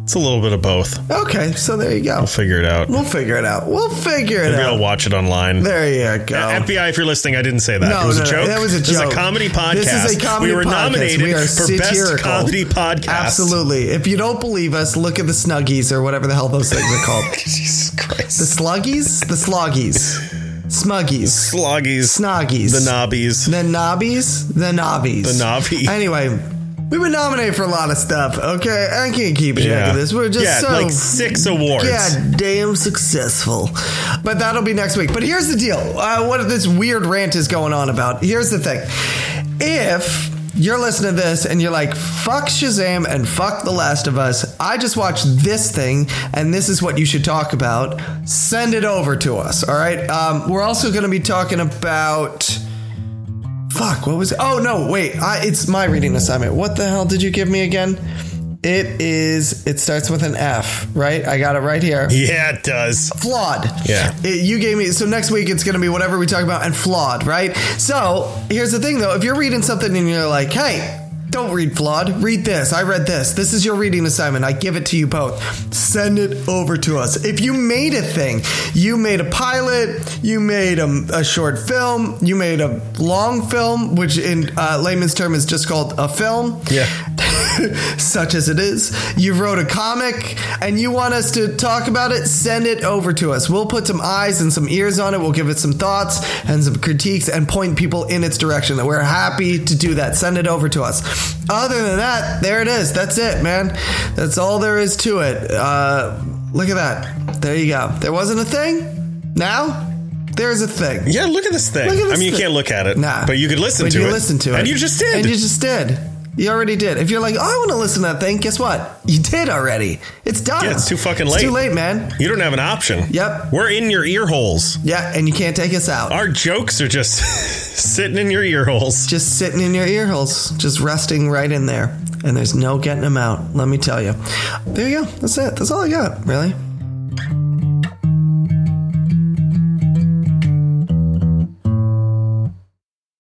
Speaker 1: It's a little bit of both.
Speaker 2: Okay, so there you go.
Speaker 1: I'll figure it out.
Speaker 2: We'll figure it out. We'll figure it
Speaker 1: Maybe I'll
Speaker 2: out.
Speaker 1: watch it online.
Speaker 2: There you go.
Speaker 1: FBI, if you're listening, I didn't say that.
Speaker 2: No,
Speaker 1: it was a
Speaker 2: no, no,
Speaker 1: joke.
Speaker 2: that was a
Speaker 1: This is
Speaker 2: joke.
Speaker 1: a comedy podcast.
Speaker 2: This is a comedy
Speaker 1: We were
Speaker 2: podcast.
Speaker 1: nominated
Speaker 2: We are
Speaker 1: for
Speaker 2: satirical.
Speaker 1: best comedy podcast.
Speaker 2: Absolutely. If you don't believe us, look at the Snuggies or whatever the hell those things are called.
Speaker 1: Oh, Jesus
Speaker 2: the
Speaker 1: Christ.
Speaker 2: Sluggies? The Sloggies. Smuggies.
Speaker 1: Sloggies.
Speaker 2: Snoggies.
Speaker 1: The knobbies.
Speaker 2: The Nobbies? The Nobbies.
Speaker 1: The Nobby.
Speaker 2: Anyway, we've been nominated for a lot of stuff, okay? I can't keep track of this. We're just
Speaker 1: yeah,
Speaker 2: so
Speaker 1: like six awards.
Speaker 2: God damn successful. But that'll be next week. But here's the deal. Uh, what this weird rant is going on about. Here's the thing. If you're listening to this and you're like, fuck Shazam and fuck The Last of Us, I just watched this thing and this is what you should talk about, send it over to us. All right. Um, we're also going to be talking about. Fuck, what was it? Oh, no, wait. I, it's my reading assignment. What the hell did you give me again? It is, it starts with an F, right? I got it right here
Speaker 1: Yeah, it does.
Speaker 2: flawed.
Speaker 1: Yeah.
Speaker 2: It- you gave me so next week it's going to be whatever we talk about and flawed, right? So here's the thing though: if you're reading something and you're like, hey. Don't read flawed. Read this. I read this. This is your reading assignment. I give it to you both. Send it over to us. If you made a thing, you made a pilot, you made a, a short film, you made a long film, which in uh, layman's term is just called a film
Speaker 1: Yeah.
Speaker 2: such as it is. You wrote a comic and you want us to talk about it, send it over to us. We'll put some eyes and some ears on it. We'll give it some thoughts and some critiques and point people in its direction. That we're happy to do that. Send it over to us. Other than that, there it is. That's it, man. That's all there is to it. Uh, look at that. There you go. There wasn't a thing. Now there's a thing.
Speaker 1: Yeah, look at this thing.
Speaker 2: Look at
Speaker 1: I
Speaker 2: this
Speaker 1: mean, you
Speaker 2: thing.
Speaker 1: can't look at it.
Speaker 2: Nah.
Speaker 1: But you could listen
Speaker 2: But
Speaker 1: to
Speaker 2: you
Speaker 1: it.
Speaker 2: listen to it.
Speaker 1: And you just did.
Speaker 2: And you just did. You already did. If you're like, oh, I want to listen to that thing, guess what? You did already. It's done.
Speaker 1: Yeah, it's too fucking
Speaker 2: It's
Speaker 1: late.
Speaker 2: too late, man.
Speaker 1: You don't have an option.
Speaker 2: Yep.
Speaker 1: We're in your ear holes.
Speaker 2: Yeah, and you can't take us out.
Speaker 1: Our jokes are just sitting in your ear holes.
Speaker 2: Just sitting in your ear holes, just resting right in there. And there's no getting them out, let me tell you. There you go. That's it. That's all I got, really.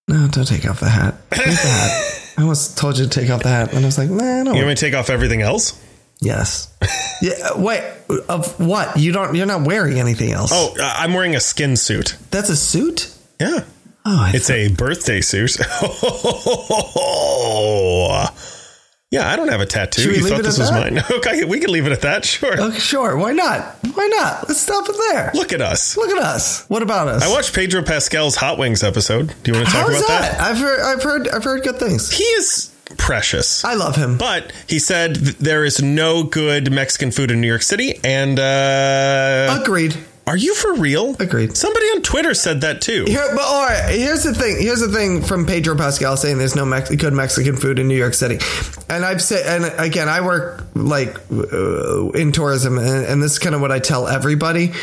Speaker 2: No, don't take off the hat. Take the hat. I almost told you to take off the hat, and I was like, nah, don't
Speaker 1: You want me to take off everything else?
Speaker 2: Yes. yeah. Wait. Of what? You don't. You're not wearing anything else.
Speaker 1: Oh, uh, I'm wearing a skin suit.
Speaker 2: that's a suit.
Speaker 1: Yeah.
Speaker 2: Oh, I
Speaker 1: It's a birthday suit. Oh. yeah, I don't have a tattoo.
Speaker 2: Should we
Speaker 1: You
Speaker 2: leave
Speaker 1: thought
Speaker 2: it
Speaker 1: this
Speaker 2: at
Speaker 1: was
Speaker 2: that?
Speaker 1: mine. Okay, we can leave it at that. Sure.
Speaker 2: okay, sure. Why not? Why not? Let's stop it there. Look,
Speaker 1: Look at us.
Speaker 2: at us. What about us?
Speaker 1: I watched Pedro Pascal's Hot Wings episode. Do you want to talk
Speaker 2: How is
Speaker 1: about
Speaker 2: that? I've heard. I've heard. I've heard good things.
Speaker 1: He is precious.
Speaker 2: I love him.
Speaker 1: But he said th- there is no good Mexican food in New York City. And uh,
Speaker 2: Agreed.
Speaker 1: are you for real?
Speaker 2: Agreed.
Speaker 1: Somebody on Twitter said that too.
Speaker 2: Here, but all right, here's the thing. Here's the thing from Pedro Pascal saying there's no Mex- good Mexican food in New York City, and I've said, and again, I work like uh, in tourism, and, and this is kind of what I tell everybody.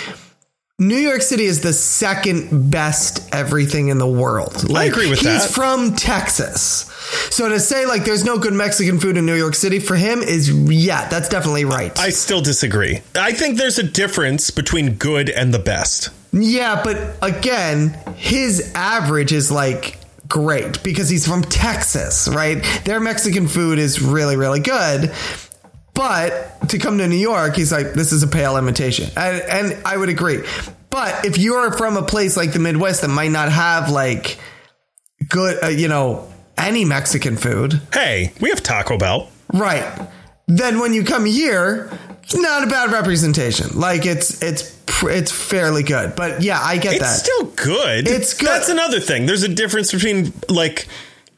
Speaker 2: New York City is the second best everything in the world. Like,
Speaker 1: agree with
Speaker 2: he's
Speaker 1: that.
Speaker 2: from Texas, so to say like there's no good Mexican food in New York City for him is yeah, that's definitely right.
Speaker 1: I still disagree. I think there's a difference between good and the best.
Speaker 2: Yeah, but again, his average is like great because he's from Texas, right? Their Mexican food is really, really good. But to come to New York, he's like, this is a pale imitation. And, and I would agree. But if you're from a place like the Midwest that might not have like good, uh, you know, any Mexican food,
Speaker 1: Hey, we have Taco Bell.
Speaker 2: Right. Then when you come here, it's not a bad representation. Like it's it's pr- it's fairly good. But yeah, I get
Speaker 1: It's
Speaker 2: that.
Speaker 1: still good.
Speaker 2: It's good.
Speaker 1: That's another thing. There's a difference between like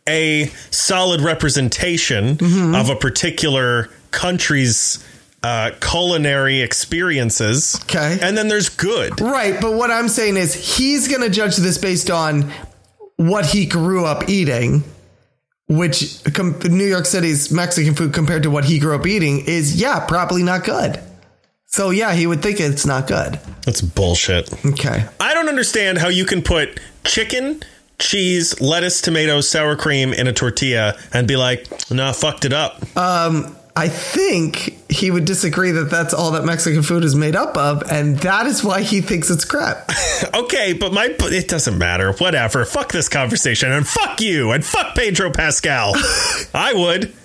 Speaker 1: a solid representation
Speaker 2: Mm-hmm.
Speaker 1: of a particular country's uh, culinary experiences.
Speaker 2: Okay.
Speaker 1: And then there's good.
Speaker 2: right, but what I'm saying is he's going to judge this based on what he grew up eating, which com- New York City's Mexican food compared to what he grew up eating is yeah, probably not good. So yeah, he would think it's not good.
Speaker 1: That's bullshit.
Speaker 2: Okay.
Speaker 1: I don't understand how you can put chicken, cheese, lettuce, tomato, sour cream in a tortilla and be like, nah, fucked it up.
Speaker 2: I think he would disagree that that's all that Mexican food is made up of, and that is why he thinks it's crap.
Speaker 1: okay, but my but it doesn't matter. Whatever. Fuck this conversation and fuck you and fuck Pedro Pascal. I would.